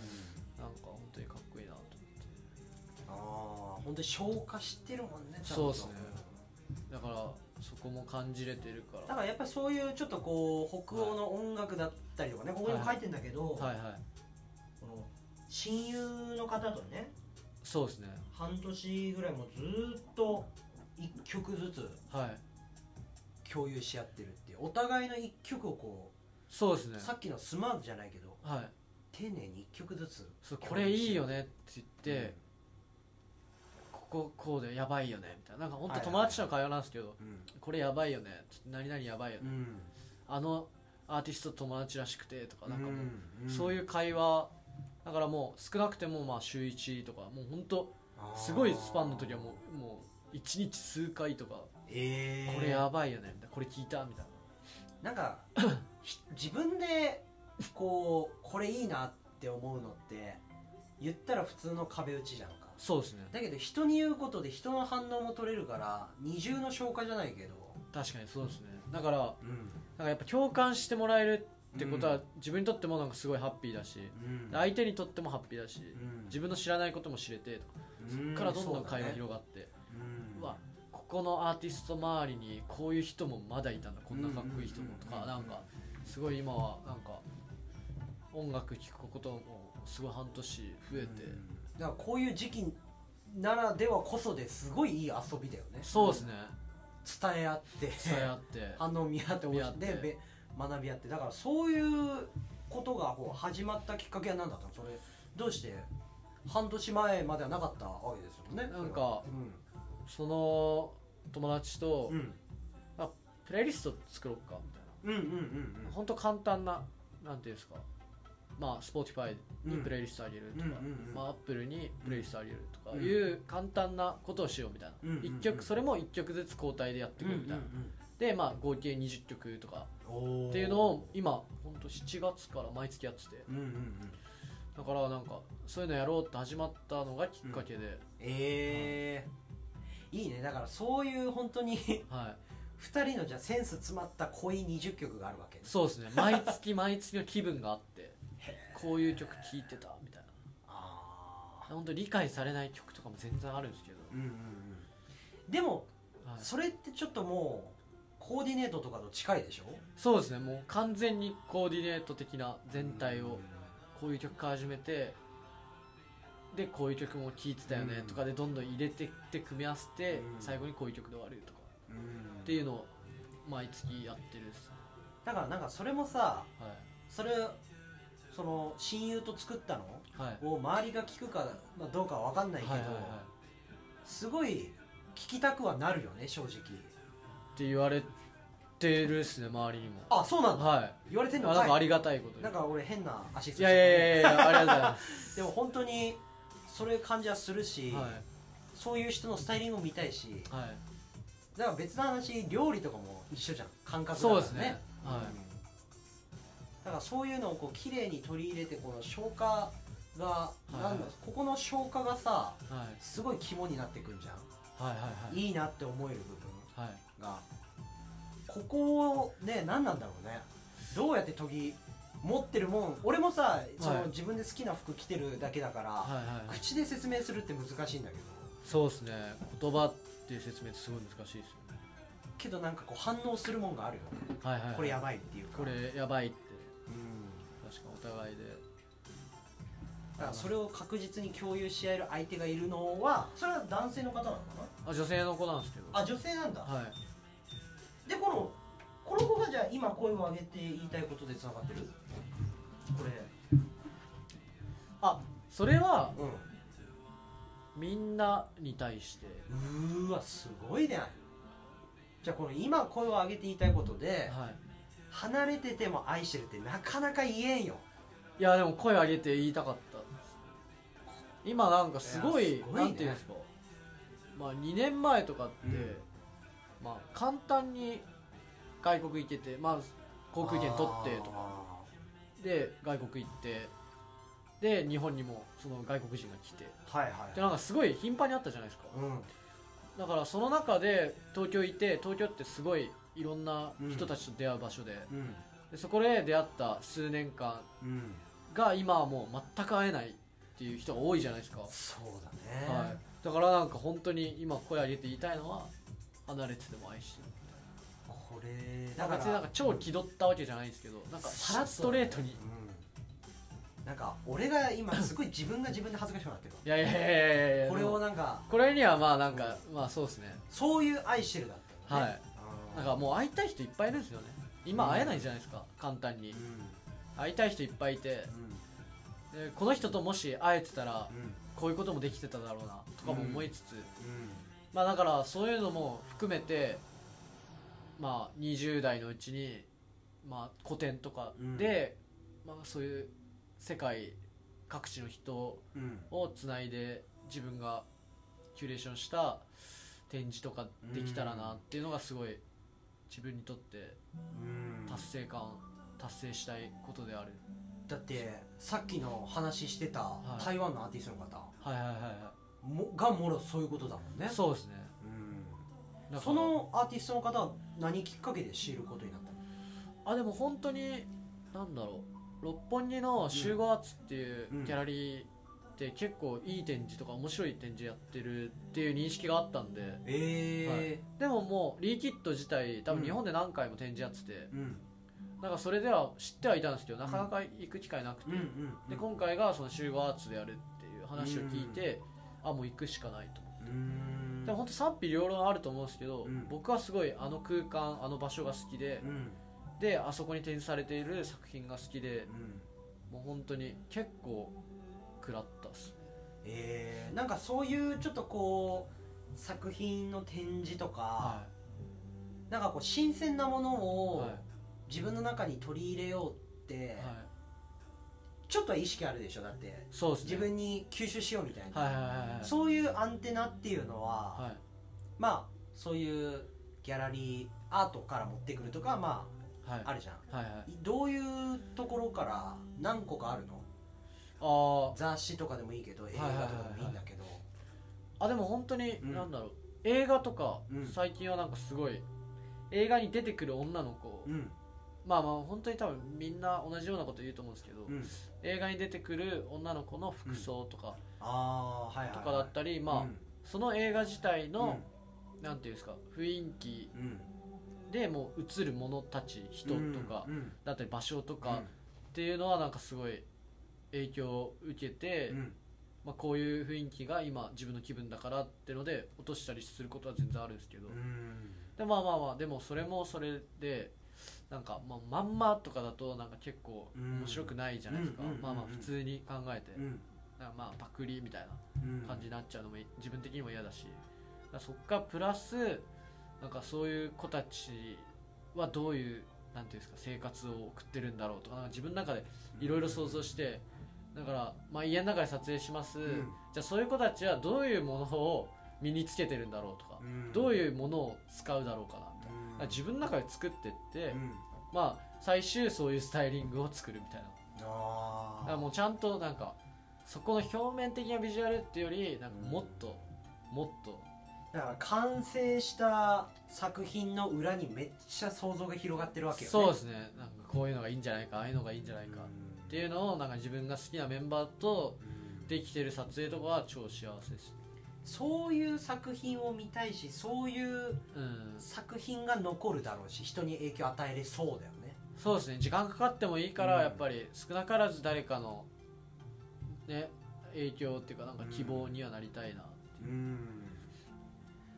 B: なんか本当にかっこいいなと思って
A: ああ本当に消化してるもんねちゃん
B: そ
A: と
B: うですねだからそこも感じれてるか
A: だ
B: ら
A: からやっぱりそういうちょっとこう北欧の音楽だったりとかね、ここにも書いてんだけど、
B: はいはい
A: この親友の方とね
B: そうですね
A: 半年ぐらいもうずーっと1曲ずつ
B: はい
A: 共有し合ってるっていうお互いの1曲をこ
B: そうですね
A: うさっきのスマートじゃないけど
B: はい
A: 丁寧に1曲ずつ
B: そうこれいいよねって言って、こここうでやばいよねみたいななんか本当友達との会話なんですけど、
A: うん
B: これやばいよねって何々やばいよね、
A: うん
B: あのアーティスト友達らしくてとかなんかもう、
A: ん
B: そういう会話だからもう少なくてもまあ週1とかもう本当
A: あー
B: すごいスパンの時はもうもう1日数回とか
A: えー
B: これやばいよねみたいなこれ聞いたみたい
A: なん かひ自分でこうこれいいなって思うのって言ったら普通の壁打ちじゃんか
B: なそうですね
A: だけど人に言うことで人の反応も取れるから二重の消化じゃないけど
B: 確かにそうですねだからなん
A: うん
B: かやっぱ共感してもらえるってこと
A: う
B: は
A: ん
B: 自分にとってもなんかすごいハッピーだし
A: うん
B: 相手にとってもハッピーだし
A: うん
B: 自分の知らないことも知れてとか
A: う
B: そっからどんどん会話広がってうわここのアーティスト周りにこういう人もまだいたんだこんなかっこいい人もと
A: うんうんう
B: か
A: んう
B: なんんかすごい今はなんか音楽聴くこともすごい半年増え
A: そう
B: て
A: だねうんだからこういう時期ならではこそですごいいい遊びだよね
B: そうですね
A: 伝え合って
B: そうやって
A: 反応見合って
B: 見合って
A: でべ学び合ってだからそういうことがこう始まったきっかけは何だったのそれどうして半年前まではなかったわけですよね
B: なんかその友達
A: そ
B: と
A: れはうん
B: プレイリスト作ろうかみたいな
A: うんうん
B: 本当簡単ななんていうんですかまあ Spotify
A: うんうんう
B: に
A: ん
B: プレイリストあげると
A: う
B: か
A: んうんうん
B: まあ、Apple にプレイリストあげるとかいう簡単なことをしようみたいな、
A: うんうんうん
B: 一曲それも1曲ずつ交代でやっていくみたいな、でまあ合計20曲とか
A: うんうんうんおー
B: っていうのを今ほんと7月から毎月やってて
A: うんうんうん
B: だからなんかそういうのやろうって始まったのがきっかけで、
A: ええいいねだからそういう本当に
B: はい
A: 二人のじゃあセンス詰まった濃い20曲があるわけね
B: そうですね毎月毎月の気分があってこういう曲聴いてたみたいな
A: ああ
B: 本当理解されない曲とかも全然あるんですけど、
A: うんうんうんでも
B: はい、
A: それってちょっともうコーディネートとかと近いでしょ
B: そうですねもう完全にコーディネート的な全体をこういう曲から始めてでこういう曲も聴いてたよねとかでどんどん入れてって組み合わせ
A: う
B: て
A: ん
B: 最後にこういう曲で終わるとか
A: うん
B: っていうのを毎月やってるっす、
A: だからなんかそれもさ
B: は
A: それその親友と作ったの
B: いはい
A: を周りが聞くか、まあ、どうかは分かんないけど、
B: はいはいはい
A: すごい聞きたくはなるよね正直
B: って言われてるっすね周りにも
A: あそうなんだ
B: は
A: 言われて
B: い
A: ん
B: あ
A: の
B: なんか
A: か
B: あ
A: い
B: りがたいことに
A: なんか俺変なアシス
B: い
A: トし
B: や
A: た
B: い
A: ね
B: やいやいやありがとうございます、
A: でも本当にそれ感じはするし、
B: は
A: そういう人のスタイリングも見たいし
B: いはい
A: だから別の話料理とかも一緒じゃん感覚だから
B: そう
A: ね
B: ですねは
A: うんだからそういうのをこう綺麗に取り入れてこの消化が、なんだ
B: はい
A: ここの消化がさ
B: いはい
A: すごい肝になってくんじゃん、
B: はいはいはい
A: いいなって思える部
B: はい
A: 分がここをね何なんだろうねどうやって研ぎ持ってるもん俺もさその、
B: はい
A: 自分で好きな服着てるだけだから、
B: はいはいはい
A: 口で説明するって難しいんだけど
B: そうですね言葉っていう説明ってすごい難しいですよね
A: けどなんかこう反応するもんがあるよね
B: はいはいはい、
A: これやばいっていうか
B: これやばいって
A: うん
B: 確かお互いで
A: だからそれを確実に共有し合える相手がいるのはそれは男性の方なのか
B: あ女性の子なんですけど
A: なあ女性なんだ
B: はい
A: でこのこの子がじゃあ今声を上げて言いたいことでつながってるこれ
B: あそれは
A: う
B: みんなに対して
A: んうーわすごいねじゃあこの今声を上げて言いたいことで
B: はい
A: 離れてても愛してるってなかなか言えんよ
B: いやでも声上げて言いたかった今なんかすごい
A: いやすごいね
B: なんていうんですかまあ2年前とかって、
A: うん
B: まあ簡単に外国行けてまあ航空券取ってとか
A: か
B: で外国行ってで日本にもその外国人が来て
A: はいはい
B: でなんかすごい頻繁にあったじゃないですか
A: うん
B: だからその中で東京いて東京ってすごいいろんな人たちと出会う場所で,、
A: うん
B: でそこで出会った数年間
A: うん
B: が今はもう全く会えないっていう人が多いじゃないですか、
A: そうだね、
B: はい、だからなんか本当に今声上げて言いたいのは離れてても愛してる
A: これ
B: なんか別になんか超気取ったわけじゃないんですけどなんかさらストレートに
A: うんなんか俺が今すごい自分が自分で恥ずかしくなってるわ
B: いやいやいやいやいや
A: これをなんか
B: これにはまあなんか、まあそうですね
A: そういう愛してるだったよね
B: はいなんかもう会いたい人いっぱいいるんですよね今会えないじゃないですか、簡単
A: う
B: に
A: ん
B: 会いたい人いっぱいいてでこの人ともし会えてたら
A: うん
B: こういうこともできてただろうなとかも思いつつ、
A: うん
B: まあだからそういうのも含めてまあ20代のうちにまあ古典とかで、まあそういう世界各地の人
A: うんうん
B: をつないで自分がキュレーションした展示とかできたらなっていうのがすごい自分にとって
A: うん
B: 達成感達成したいことである
A: だってさっきの話してた
B: い
A: 台湾のアーティストの方
B: はいはいはい
A: もがもろそういうことだもん
B: は
A: ね
B: いそうですね
A: うん
B: だから
A: そのアーティストの方は何きっかけで知ることになったの
B: あでも本当になんだろう六本木の集合アーツっていう
A: うん
B: ギャラリーって結構いい展示とか面白い展示やってるっていう認識があったんで
A: ええ
B: でももうリーキッド自体多
A: う
B: 分
A: ん
B: 日本で何回も展示やってて、
A: うん
B: なんかそれでは知ってはいたんですけどなかなか行く機会なくて、
A: うんうん
B: で今回がその集合アーツでやるっていう話を聞いて、あもう行くしかないと
A: うーん
B: でも本当賛否両論あると思うんですけど、
A: うん
B: 僕はすごいあの空間あの場所が好きで、
A: うん
B: であそこに展示されている作品が好きで
A: うん
B: もう本当に結構食らったっす
A: えー、なんかそういうちょっとこう作品の展示とか、
B: は
A: なんかこう新鮮なもの
B: い
A: を
B: はい
A: 自分の中に取り入れようって、
B: はい
A: ちょっとは意識あるでしょだって
B: そうですね
A: 自分に吸収しようみたいな、
B: はいはいはいはい
A: そういうアンテナっていうのは、
B: はい
A: まあそういうギャラリーアートから持ってくるとかま
B: はい
A: ああるじゃん、
B: はいはい
A: どういうところから何個かあるの
B: あー
A: 雑誌とかでもいいけど映画とかでもいいんだけど、
B: あでも本当に、
A: うん
B: なんだろう映画とか、
A: うん
B: 最近はなんかすごい映画に出てくる女の子、
A: うん
B: まあまあ本当に多分みんな同じようなこと言うと思うんですけど、
A: うん
B: 映画に出てくる女の子の服装とか、
A: ああはいはい、
B: と
A: はい、
B: かだったり、まあ、その映画自体
A: うん、
B: の、なんていうんですか雰囲気
A: うん、
B: でもう映るものたち人とか、
A: うんうん
B: だったり場所とかっていうのはなんかすごい影響を受けて、
A: うんうん
B: まあ、こういう雰囲気が今自分の気分だからってので落としたりすることは全然あるんですけど、
A: うん
B: でまあまあまあでもそれもそれでなんか、まあ、まんまとかだとなんか結構
A: うん
B: 面白くないじゃないですか、
A: うんうんうんうん
B: まあまあ普通に考えて、
A: うん
B: なんかまあパクリみたい
A: うん
B: な感じになっちゃうのもい自分的にも嫌だしだからそっからプラスなんかそういう子たちはどういうなんていうんですか生活を送ってるんだろうとかなんか自分の中でいろいろ想像してだから、まあ、家の中で撮影します、
A: うん
B: じゃあそういう子たちはどういうものを身につけてるんだろうとか、
A: うん
B: どういうものを使うだろうかなみたいなだ
A: うん
B: から自分の中で作ってって、
A: うん
B: まあ最終そういうスタイリングを作るみたいなだ
A: あ
B: から
A: あ
B: もうちゃんとなんかそこの表面的なビジュアルっていうよりなんかもっと、もっと
A: だから完成した作品の裏にめっちゃ想像が広がってるわけよね
B: そうですねなんかこういうのがいいんじゃないかああいうのがいいんじゃないか、っていうのをなんか自分が好きなメンバーと
A: うん
B: できてる撮影とかは超幸せです
A: そういう作品を見たいしそういう
B: うん
A: 作品が残るだろうし人に影響与えれそうだよね
B: そうですね時間かかってもいいか
A: うん
B: らやっぱり少なからず誰かのね影響っていうかなんか希望にはなりたいな、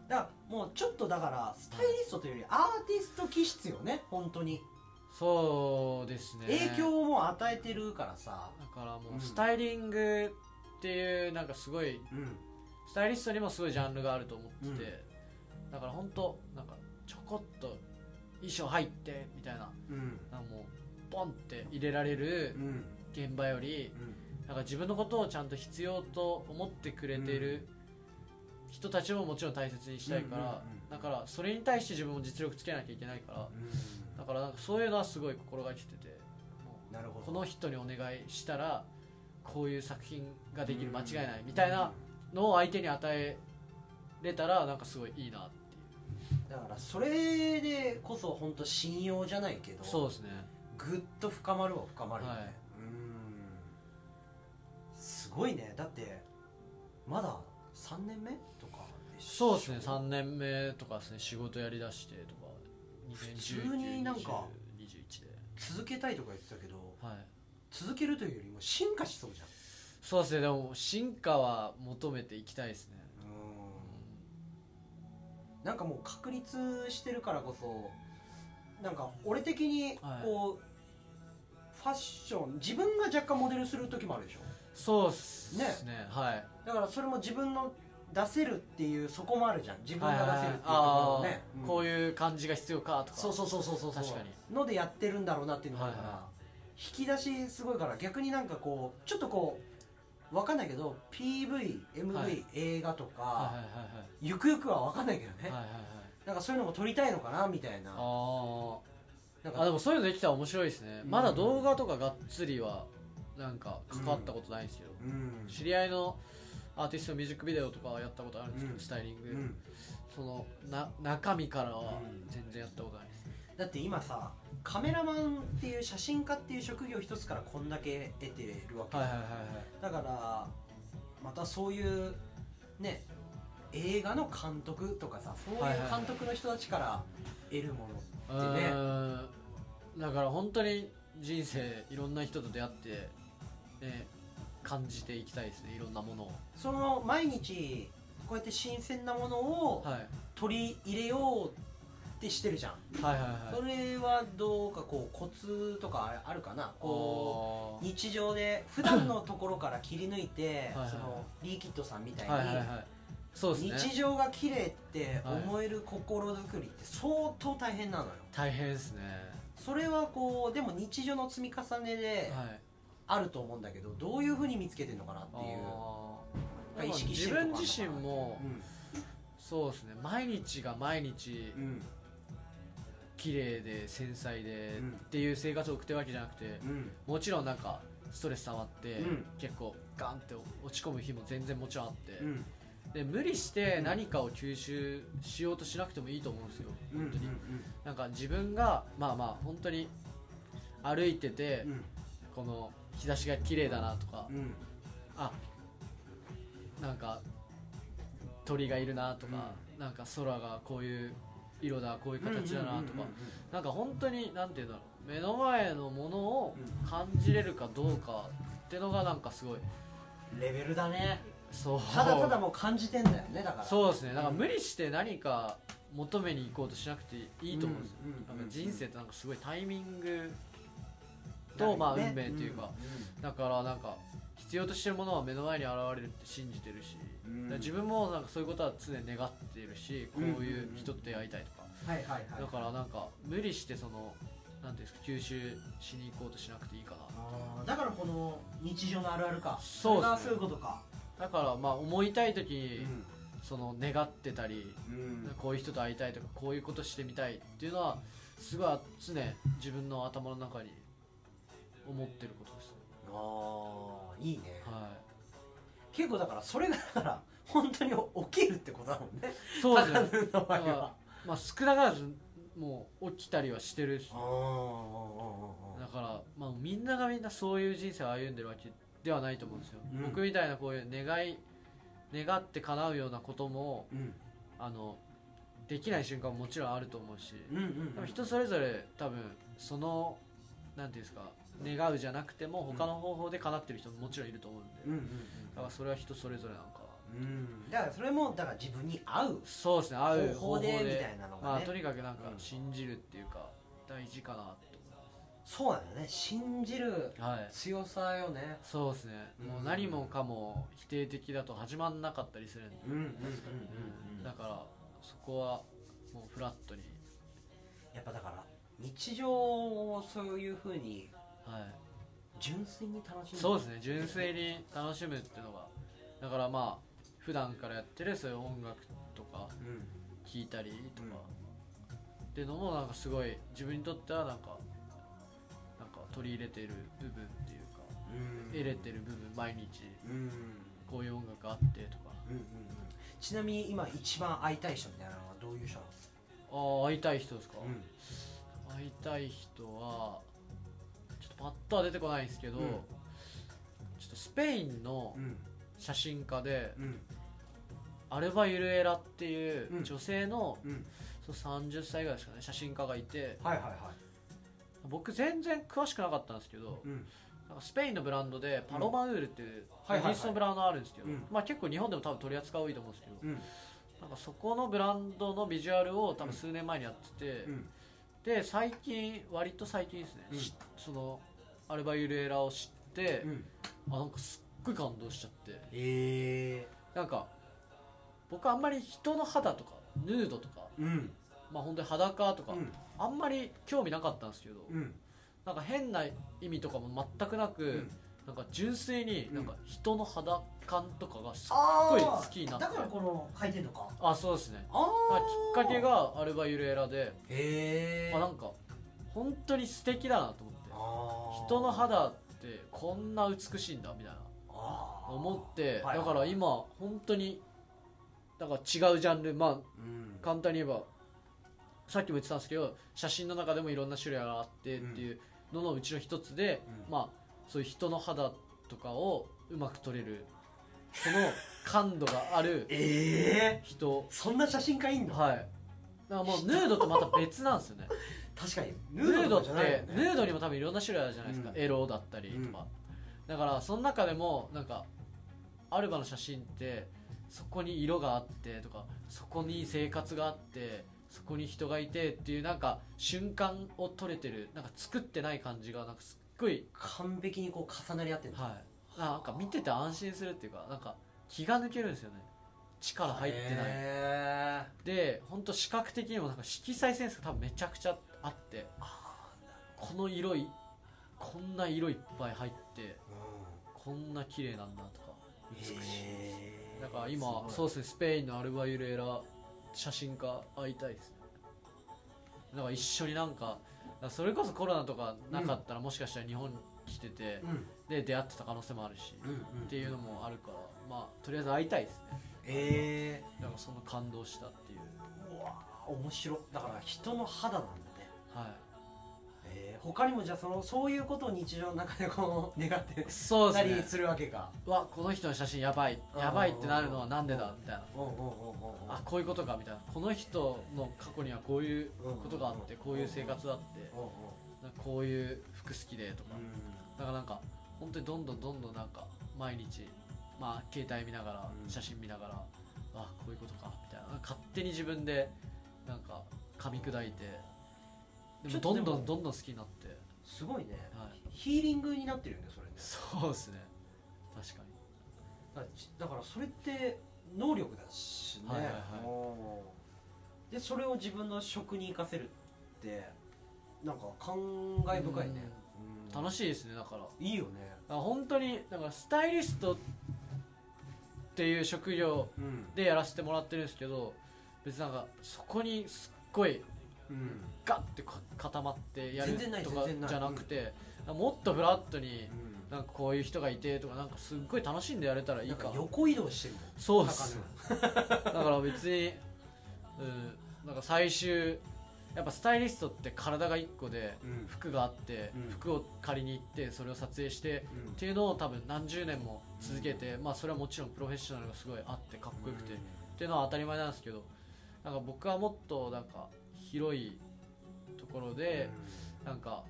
A: だからもうちょっとだからスタイリストというよりアーティスト気質よね本当に
B: そうですね
A: 影響をもう与えてるからさ
B: だからも
A: うん
B: うスタイリングっていうなんかすごい
A: うん
B: スタイリストにもすごいジャンルがあると思ってて、だから本当なんかちょこっと衣装入ってみたいな
A: うん
B: なんかもうポンって入れられる
A: うん
B: 現場よりなんか自分のことをちゃんと必要と思ってくれている人たちももちろん大切にしたいから、
A: うんうんうんうん
B: だからそれに対して自分も実力つけなきゃいけないから
A: うん
B: だからなんかそういうのはすごい心がけてても
A: なるほ
B: う
A: ど
B: この人にお願いしたらこういう作品ができる間違いない
A: うん
B: みたいなのを相手に与えれたらなんかすごいいいなっていう
A: だからそれでこそ本当信用じゃないけど
B: そうですね
A: ぐっと深まるは深まるよね、
B: はいう
A: ーんすごいねだってまだ3年目とかでし
B: そうですね3年目とかですね仕事やりだしてとか
A: 普通になんか
B: 2021で
A: 続けたいとか言ってたけど
B: はい
A: 続けるというよりも進化しそうじゃん
B: そうですねでも進化は求めていきたいですね、
A: なんかもう確立してるからこそなんか俺的に
B: はい
A: こう、ファッション自分が若干モデルする時もあるでしょ
B: そうっすねはい
A: だからそれも自分の出せるっていうそこもあるじゃん自分
B: はいはい
A: が出せるっていうところ
B: あ
A: ね、
B: ー
A: ん
B: こういう感じが必要かとか
A: そうそうそうそうそうそう
B: 確かに
A: のでやってるんだろうなっていうのがあるから、
B: はいは
A: 引き出しすごいから逆になんかこうちょっとこうわかんないけど PV、MV、
B: はい
A: 映画とか、
B: はいはい
A: ゆくゆくはわかんないけどね、
B: はいはいはいはいはい
A: なんかそういうのも撮りたいのかなみたいななん
B: あーあで
A: か
B: もそういうのできたら面白いですね、
A: うん
B: まだ動画とかがっつりはなんか関わったことないんですけど、
A: うん
B: 知り合いのアーティストのミュージックビデオとかはやったことあるんですけど、
A: うん
B: スタイリング、
A: うん
B: そのな中身からは
A: うん
B: 全然やったことないです、
A: だって今さカメラマンっていう写真家っていう職業一つからこんだけ得てるわけ
B: はいはいはい
A: だからまたそういうね映画の監督とかさそういう
B: はいはいはい
A: 監督の人たちから得るものっ
B: はい
A: てね
B: うーんだから本当に人生いろんな人と出会って、ね、感じていきたいですねいろんなものを
A: その毎日こうやって新鮮なものを
B: はい
A: 取り入れようってしてるじゃん、
B: はいはいはい
A: それはどうかこうコツとかあれあるかなこう
B: あ
A: 日常で普段のところから切り抜いて
B: はいはい
A: そのリーキッドさんみたい
B: ー
A: に、
B: はいはいはいそうですね
A: 日常が綺麗って思える心づくりって相当大変なのよ
B: 大変ですね
A: それはこうでも日常の積み重ねで
B: はい
A: あると思うんだけどどういうふうに見つけてるのかなっていう
B: あー
A: 意識し
B: 自
A: てるとこあるの
B: 分
A: かな
B: 自身も
A: うん
B: そうですね毎日が毎日
A: うん
B: 綺麗で繊細で
A: うん
B: っていう生活を送ってるわけじゃなくて
A: うん
B: もちろんなんかストレス溜まって
A: うん
B: 結構ガンって落ち込む日も全然もちろんあって
A: うん
B: で無理して何かを吸収しようとしなくてもいいと思うんですよ
A: うんうん
B: 本当になんか自分がまあまあ本当に歩いてて
A: うん
B: この日差しが綺麗だなとか
A: うん
B: あなんか鳥がいるなとか、なんか空がこういう色だこういう形だなとか、なんか本当になんていうんだろう目の前のものを感じれるかどうかってのがなんかすごい
A: レベルだね
B: そう
A: ただただもう感じてんだよねだからう
B: そうですねなんか無理して何か求めに行こうとしなくていいと思うんですよ、
A: うんうんうんうん
B: なんか人生ってなんかすごいタイミングと、まあ運命というか、だからなんか必要としてるものは目の前に現れるって信じてるし、
A: うん
B: だから自分もなんかそういうことは常に願っているしこういう人と出会いたいとか、
A: はいはいはい
B: だからなんか無理してそのなんていうんですか吸収しに行こうとしなくていいかな
A: あーだからこの日常のあるあるか
B: そうっすね
A: れがそういうことか
B: だからまあ思いたい時に、
A: うん
B: その願ってたり
A: うん
B: こういう人と会いたいとかこういうことしてみたいっていうのはすごい常自分の頭の中に思ってることですね
A: あーいいね
B: は
A: 結構だからそれがだから本当に起きるってことだもんね
B: いそうですね
A: 高野の場合
B: だから
A: は
B: まあ少なからずもう起きたりはしてるし
A: あーあーあー
B: だ
A: あ
B: から、まあ、みんながみんなそういう人生を歩んでるわけではないと思うんですよ、
A: うん
B: 僕みたいなこういう願い願って叶うようなことも
A: ーうん
B: あのできない瞬間ももちろんあると思うし、
A: うん
B: で
A: う
B: も
A: ん
B: 人それぞれ多分そのなんていうんですか願うじゃなくても他の方法で叶ってる人ももちろんいると思うんで、
A: うんうん
B: だからそれは人それぞれなんか
A: うんうんだからそれもだから自分に合う
B: そうですね合う
A: 方
B: 方
A: 法
B: 法で
A: でみたいなの
B: ま
A: が
B: あ、と
A: ね
B: にかくなんか
A: うん
B: 信じるっていうか大事かなって
A: そうなんだよね信じる
B: 思うはい
A: 強さよね
B: そうですね、も
A: うん
B: う何もかも否定的だと始まんなかったりするんで、
A: うんうんうんうんうん
B: だからそこはもうフラットに
A: やっぱだから日常をそういうふうに
B: はい
A: 純粋に楽しむ
B: そうですね純粋に楽しむっていうのがだからまあ普段からやってるそういう音楽とか
A: うん
B: 聴いたりとか、っていうのもなんかすごい自分にとってはなんかなんか取り入れてる部分っていうか
A: うん
B: 得れてる部分毎日
A: うんうん
B: こういう音楽あってとか
A: うんうんちなみに今一番会いたい人みたいなのはどういう人なの
B: ああ会いたい人ですか、
A: うん
B: 会いたい人はちょっとパッとは出てこないんですけど、
A: うん
B: ちょっとスペインの
A: うん
B: 写真家で、
A: うん
B: アルバ・ユルエラってい
A: うん
B: う女性の,、
A: うん
B: そう30歳ぐらいですかね写真家がいて
A: はいはいはい
B: 僕全然詳しくなかったんですけど、
A: うん
B: なんかスペインのブランドでパロマウールっていう
A: うんはいはいはい
B: イギリスのブランドあるんですけど、
A: うん
B: まあ、結構日本でも多分取り扱う多いと思うんですけど、
A: うん
B: なんかそこのブランドのビジュアルを多分数年前にやってて、
A: うん
B: で最近割と最近ですね、
A: うん
B: しそのアルバ・ユルエラを知って
A: う、ん
B: あなんかすっごい感動しちゃって
A: え
B: なんか僕あんまり人の肌とかヌードとか
A: ーうん
B: まあ本当に裸とか、
A: うん
B: あんまり興味なかったんですけど、
A: うん
B: なんか変な意味とかも全くなく、
A: ん
B: なんか純粋に
A: うん
B: なんか人の肌感とかがすっ
A: あ
B: ごい
A: ー
B: 好きになって
A: だからこの書いてんのか
B: あそうですね
A: あ
B: まあ
A: あ
B: きっかけがアルバ・ユルエラで、
A: へえ
B: まあ、なんか本当に素敵だなと思って人
A: 人
B: の肌ってこんな美しいんだみたいな思ってだから今本当にだから違うジャンルま
A: うん
B: あ簡単に言えばさっきも言ってたんですけど写真の中でもいろんな種類があってっていうののうちの一つで、
A: うん
B: まあそういう人の肌とかをうまく撮れるその感度がある
A: ええ
B: 人
A: そんな写真家いんの
B: はいだからもうヌードとまた別なんですよね
A: 確かに
B: ヌードって、
A: とかじゃないよ
B: ヌ
A: ね
B: ードにも多分いろんな種類あるじゃないですか、
A: うん
B: エロだったりとか、だからその中でもなんかアルバの写真ってそこに色があってとかそこに生活があってそこに人がいてっていうなんか瞬間を撮れてるなんか作ってない感じがなんかすっごい
A: 完璧にこう重なり合ってる
B: はいなんか見てて安心するっていうかなんか気が抜けるんですよね力入ってない
A: ない
B: で本当視覚的にもなんか色彩センスが多分めちゃくちゃあってこの色いこんな色いっぱい入ってこんな綺麗なんだとか美しいだから今そう
A: う
B: ですねスペインのアルバユレラ写真家会いたいですねだから一緒になんかだからそれこそコロナとかなかったらもしかしたら日本に来てて、
A: ん
B: で出会ってた可能性もあるし、
A: うんうん
B: っていうのもあるからまあとりあえず会いたいですね
A: え
B: だからその感動したっていう
A: ー、うわー面白いだから人の肌なんだね
B: はい
A: えー、他にもじゃあそのそういうことを日常の中でこう願って
B: そう
A: た
B: です
A: り
B: ね
A: するわけか
B: うわこの人の写真やばいやばいってなるのはなんでだみたいな
A: うんうんうんうん
B: あこういうことかみたいなこの人の過去にはこういうことがあってこういう生活だって
A: うんうん
B: なんかこういう服好きでとか
A: う
B: だからなんか本当にどんどんどんどんなんか毎日まあ携帯見ながら
A: うん
B: 写真見ながらあこういうことかみたいな勝手に自分でなんか噛み砕いてで
A: ちょ
B: も
A: っと
B: ど
A: で
B: ん
A: も
B: どんどんどん好きになって
A: んすごいね
B: はい
A: ヒーリングになってるよねそれね
B: そうですね確かに
A: だからちだからそれって能力だしね、
B: はいはいはい
A: おーでそれを自分の職に生かせるってなんか感慨深いね、
B: 楽しいですねだから
A: いいいよね
B: あ本当にだからスタイリストっていう職業
A: うん、
B: でやらせてもらってるんですけど別になんかそこにすっごい
A: うん
B: ガッてか固まってやる
A: 全然ない
B: とか
A: 全然ない
B: じゃなくて、もっとフラットになんかこういう人がいてとかなんかすっごい楽しんでやれたらいい
A: なん
B: か
A: か横移動してるもん
B: そうっす
A: 高
B: だから別に、うん、なんか最終やっぱスタイリストって体が1個で
A: 野うん
B: 服があって、
A: うん
B: 服を借りに行ってそれを撮影して
A: うん
B: っていうのを多分何十年も続けて、まあそれはもちろんプロフェッショナルがすごいあってかっこよくて、っていうのは当たり前なんですけどなんか僕はもっとなんか広いところで、なんか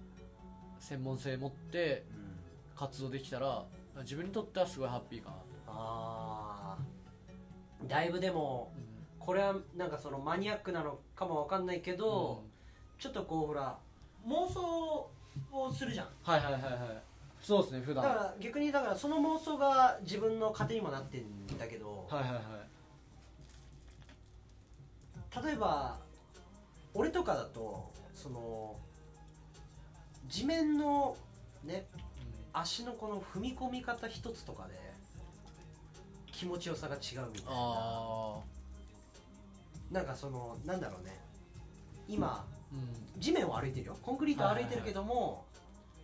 B: 専門性持って
A: うんうん
B: 活動できたら自分にとってはすごいハッピーかなと、
A: あーだいぶでも
B: うん
A: これはなんかそのマニアックなのかもわかんないけど、ちょっとこうほら妄想をするじゃん
B: うんはいはいはいはいそうですね普
A: だ
B: 段
A: か
B: はい
A: ら逆にだからその妄想が自分の糧にもなってんだけど、
B: はいはい
A: 例えば俺とかだとその地面のね
B: うん
A: 足のこの踏み込み方一つとかで気持ちよさが違うみたいな
B: ああ
A: なんかそのなんだろうね今
B: うん
A: 地面を歩いてるよコンクリートを歩いてるけども、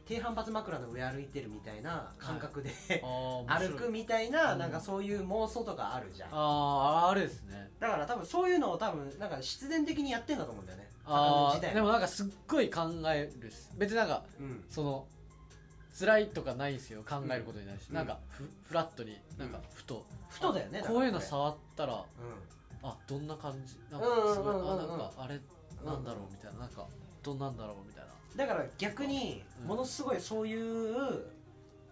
A: 低反発枕の上歩いてるみたいな感覚で、
B: ああ
A: 歩くみたいな、なんかそういう妄想とかあるじゃん
B: あああれですね
A: だから多分そういうのを多分なんか必然的にやってんだと思うんだよね高野
B: あ
A: 自
B: あ
A: 体
B: でもなんかすっごい考えるっす別になんか
A: うん
B: その辛いとかないんですよ考えることに対して、
A: うん
B: なんかフフラットになんか
A: うん
B: ふと、
A: ふとだよね
B: こういう
A: だ
B: の
A: から
B: 触ったら
A: これ
B: あどんな感じなんか
A: うん
B: すごい、
A: うんうんうん
B: あ
A: う
B: なんんかあれ
A: うん
B: なんだろうみたいななんかどんなんだろうみたいな
A: うんだから逆に
B: うん
A: ものすごいそういう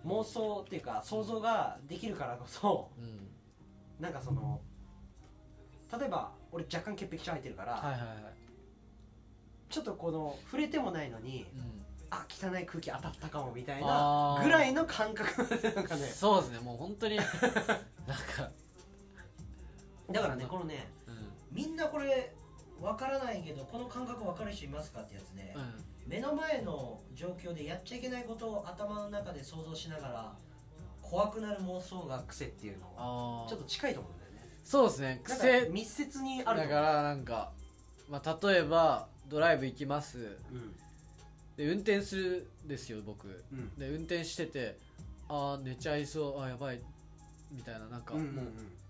A: 妄想っていうか想像ができるからこそ
B: うん
A: なんかその例えば俺若干潔癖症入ってるから、
B: はいはいはい
A: ちょっとこの触れてもないのに
B: うん
A: あ汚い空気当たったかもみたいな
B: あー
A: ぐらいの感覚なんかね
B: そうですねもう本 当になんか
A: だからねこのね
B: うん
A: みんなこれわからないけどこの感覚わかる人いますかってやつね、
B: うん
A: 目の前の状況でやっちゃいけないことを頭の中で想像しながら怖くなる妄想が癖っていうのは
B: あ
A: ち
B: あ
A: ょっと近いと思うんだよね
B: そうですね
A: なん
B: 癖
A: か密接にあ
B: だ
A: ると
B: か
A: 思う
B: らなんか、まあ、例えばドライブ行きますで運転するんですよ僕
A: うんうん
B: で運転しててああ寝ちゃいそうあーやばいみたいななんか、
A: うんうん
B: もう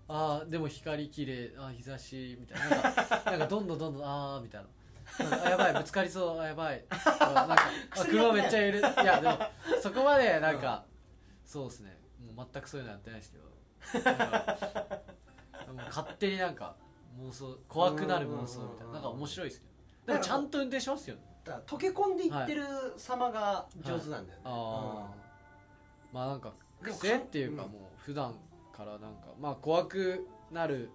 B: ああでも光綺麗あー日差しみたいななんか なんかどんどんどんどんああみたいななんかあやばいぶつかりそうあやばいとかなんかあ
A: 薬やってない
B: 車めっちゃいるいやでもそこまでなんか、そうですねもう全くそういうのやってないですけどなんかもう勝手になんか妄想怖くなる妄想みたいななんか面白いですけどでもちゃんと運転しますよね
A: だから溶け込んでいってる様が上手なんだよね、
B: ああ、まあなんか
A: でも
B: 癖っていうか
A: うん
B: もう普段からなんかまあ怖くなる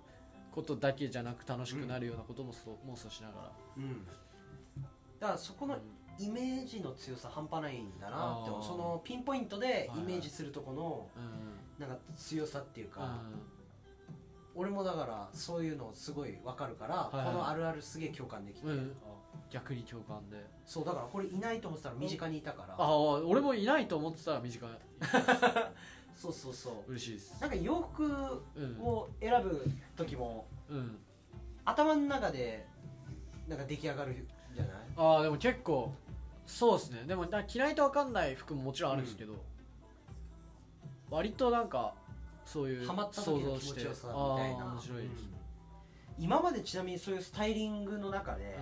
B: ことだけじゃなく楽しくなるようなこともそう妄想しなが
A: うんだからそこ
B: ら、
A: のイメージの強さ半端ないんだなって
B: あー
A: そのピンポイントでイメージするとこの
B: うんうん
A: なんか強さっていうか、
B: う
A: 俺もだからそういうのすごいわかるから、
B: いはい
A: このあるあるすげえ共感できて、
B: んうん、逆に共感で
A: そうだからこれいないと思ってたら身近にいたから、
B: ああ俺もいないと思ってたら短い
A: そうそうそう
B: 嬉しいです
A: なんか洋服
B: うん
A: を選ぶ時も
B: うん
A: 頭の中でなんか出来上がるじゃない
B: ああでも結構そうですねでもな嫌いと分かんない服ももちろんあるんですけど、割となんかそういう
A: ハマった時の気持ちよさみたいな
B: あー面白いです、
A: うん今までちなみにそういうスタイリングの中で、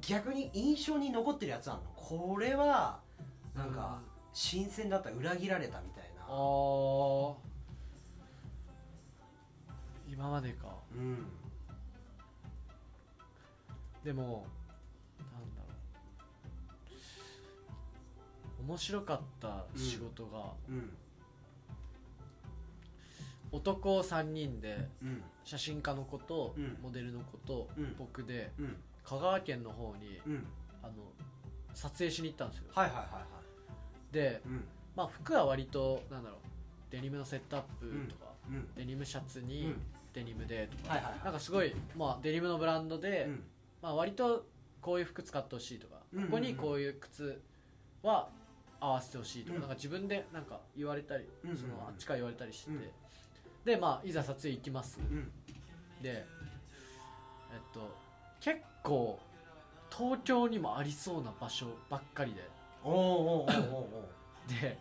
A: 逆に印象に残ってるやつあんのこれは
B: うん、
A: なんか新鮮だった裏切られたみたい
B: あ
A: な
B: あ今までか
A: うん
B: でもなんだろう面白かった仕事が、
A: うん
B: 男3人で
A: うん
B: 写真家の子と、
A: うん
B: モデルの子と、
A: うん
B: 僕で
A: うん
B: 香川県の方に
A: うん
B: あの撮影しに行ったんですよ
A: はいはいはいは
B: で
A: いうん
B: まあ服は割となんだろうデニムのセットアップとか、
A: うん
B: デニムシャツ
A: う
B: に
A: ん
B: デニムでとか、
A: はいはい
B: なん
A: は
B: かすごい、まあ、デニムのブランドで、
A: いうん
B: まあ、割とこういう服使ってほしいとか、
A: うんうんうん
B: ここにこういう靴は合わせてほしいとか,、
A: うん
B: なんか自分でなんか言われたり、
A: うんうんうん
B: そのあっちから言われたりしてて、
A: うん
B: でまあいざ撮影行きます、
A: うん
B: でえっと結構東京にもありそうな場所ばっかりで
A: おーおーおーおーお
B: で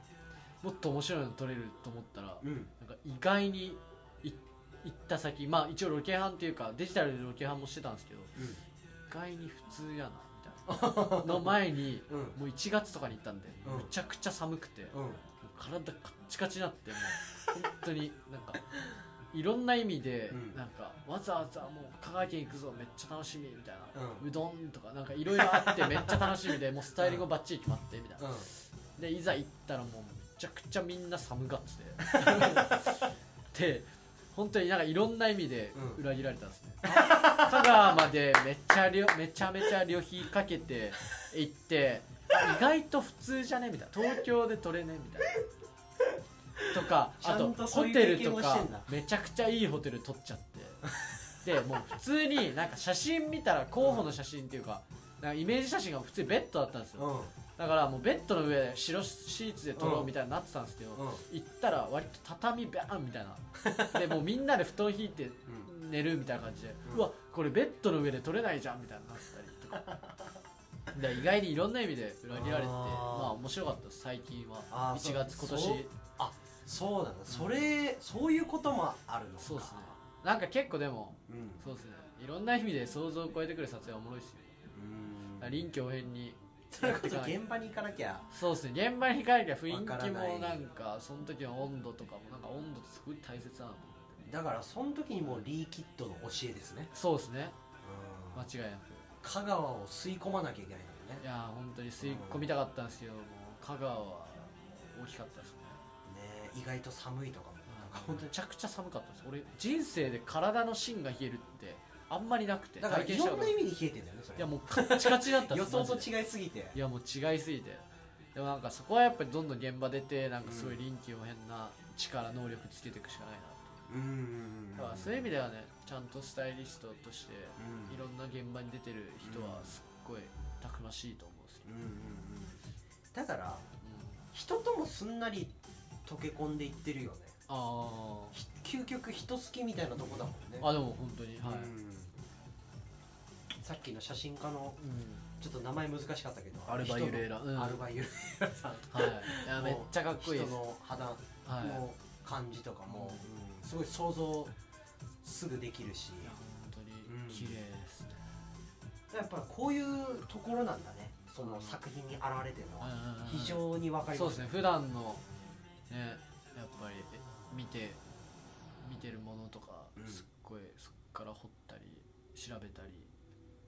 B: もっと面白いの撮れると思ったら
A: ーうん
B: なんか意外にい行った先まあ一応ロケハンっていうかデジタルでロケハンもしてたんですけど意外に普通やなみた いなの前に
A: うん
B: もう1月とかに行ったんで、
A: うん
B: むちゃくちゃ寒くて、もう
A: うん
B: 体カッチカチになってもう本当になんかいろんな意味で、
A: うん
B: なんかわざわざもう香川県行くぞめっちゃ楽しみみたいな、
A: う
B: うどんとかなんかいろいろあってめっちゃ楽しみでもうスタイリングもバッチリ決まってみたいな、
A: うん
B: でいざ行ったらもうめちゃくちゃみんな寒がって てで本当になんかいろんな意味で
A: うん
B: 裏切られたんですね、香川までめっちゃりょめちゃめちゃ旅費かけて行ってあ意外と普通じゃねみたいな東京で取れねみたいなとか
A: ち
B: あ
A: ゃ
B: と
A: んと
B: ホ
A: そういう
B: テル
A: 経験
B: と
A: をして
B: か
A: んだ
B: めちゃくちゃいいホテル取っちゃってでもう普通になんか写真見たら候補の写真っていうかなんかイメージ写真が普通にベッドだったんですよ、
A: うん
B: だからもうベッドの上で白シーツで撮ろうみたいになってたんですけど、
A: うん
B: 行ったら割と畳バーンみたい なでもうみんなで布団引いて寝るみたいな感じで、
A: う
B: うんわこれベッドの上で撮れないじゃんみたいにな ったりとかで意外にいろんな意味で裏切られて
A: あー
B: まあ面白かったです最近
A: あ
B: は
A: ーそう
B: 1月今年
A: そうそうなんだそれそういうこともあるのか
B: そうですねなんか結構でも
A: うん
B: そうですねいろんな意味で想像を超えてくる撮影はおもろいですよだから臨機応変に
A: それこそ現場に行かなきゃ
B: そうですね現場に帰りゃ雰囲
A: わから
B: 気
A: ない
B: もなんかその時の温度とかもなんか温度ってすごい大切なの
A: だからその時にもうリーキッドの教えですね、
B: そうですね
A: うん
B: 間違いなく
A: 香川を吸い込まなきゃいけないんだよ
B: いやー本当に吸い込みたかったんですけどもう香川は大きかったですね
A: ねねえ意外と寒いとかもなんか本当
B: め
A: に
B: ちゃくちゃ寒かったです俺人生で体の芯が冷えるってあんまりなくて
A: だからい
B: し
A: ろ
B: こ
A: ん
B: と
A: な意味で冷えてんだよねそれ
B: いやもうカッチカチだったっす
A: 予想と
B: マジで
A: 違いすぎて
B: いやもう違いすぎてでもなんかそこはやっぱりどんどん現場出てなんかすごい臨機応変な力能力つけていくしかないな
A: うん
B: だからそういう意味ではねちゃんとスタイリストとして
A: うん
B: いろんな現場に出てる人はすっごいたくましいと思うんですよ、
A: うんうんうんだから人ともすんなり溶け込んでいってるよね
B: あ
A: ひ究極人好きみたいなとこだもんね
B: ああでも本当にはい、
A: うんさっきの写真家の
B: うん
A: ちょっと名前難しかったけど
B: アルバユレーラ、うん
A: 人の
B: は
A: ア
B: い
A: ル、バユレーラさん
B: いやめっちゃかっこいいです
A: 人の肌
B: はいいや
A: の感じとかも、すごい想像すぐできるし
B: 本当に
A: うん
B: 綺麗ですね、
A: やっぱこういうところなんだねその作品に現れてるの
B: うん
A: は
B: うんうん
A: 非常にわかり
B: そう
A: ま
B: ですすね普段のねやっぱりえ見て見てるものとか、
A: うん
B: すっごいそっから掘ったり調べたり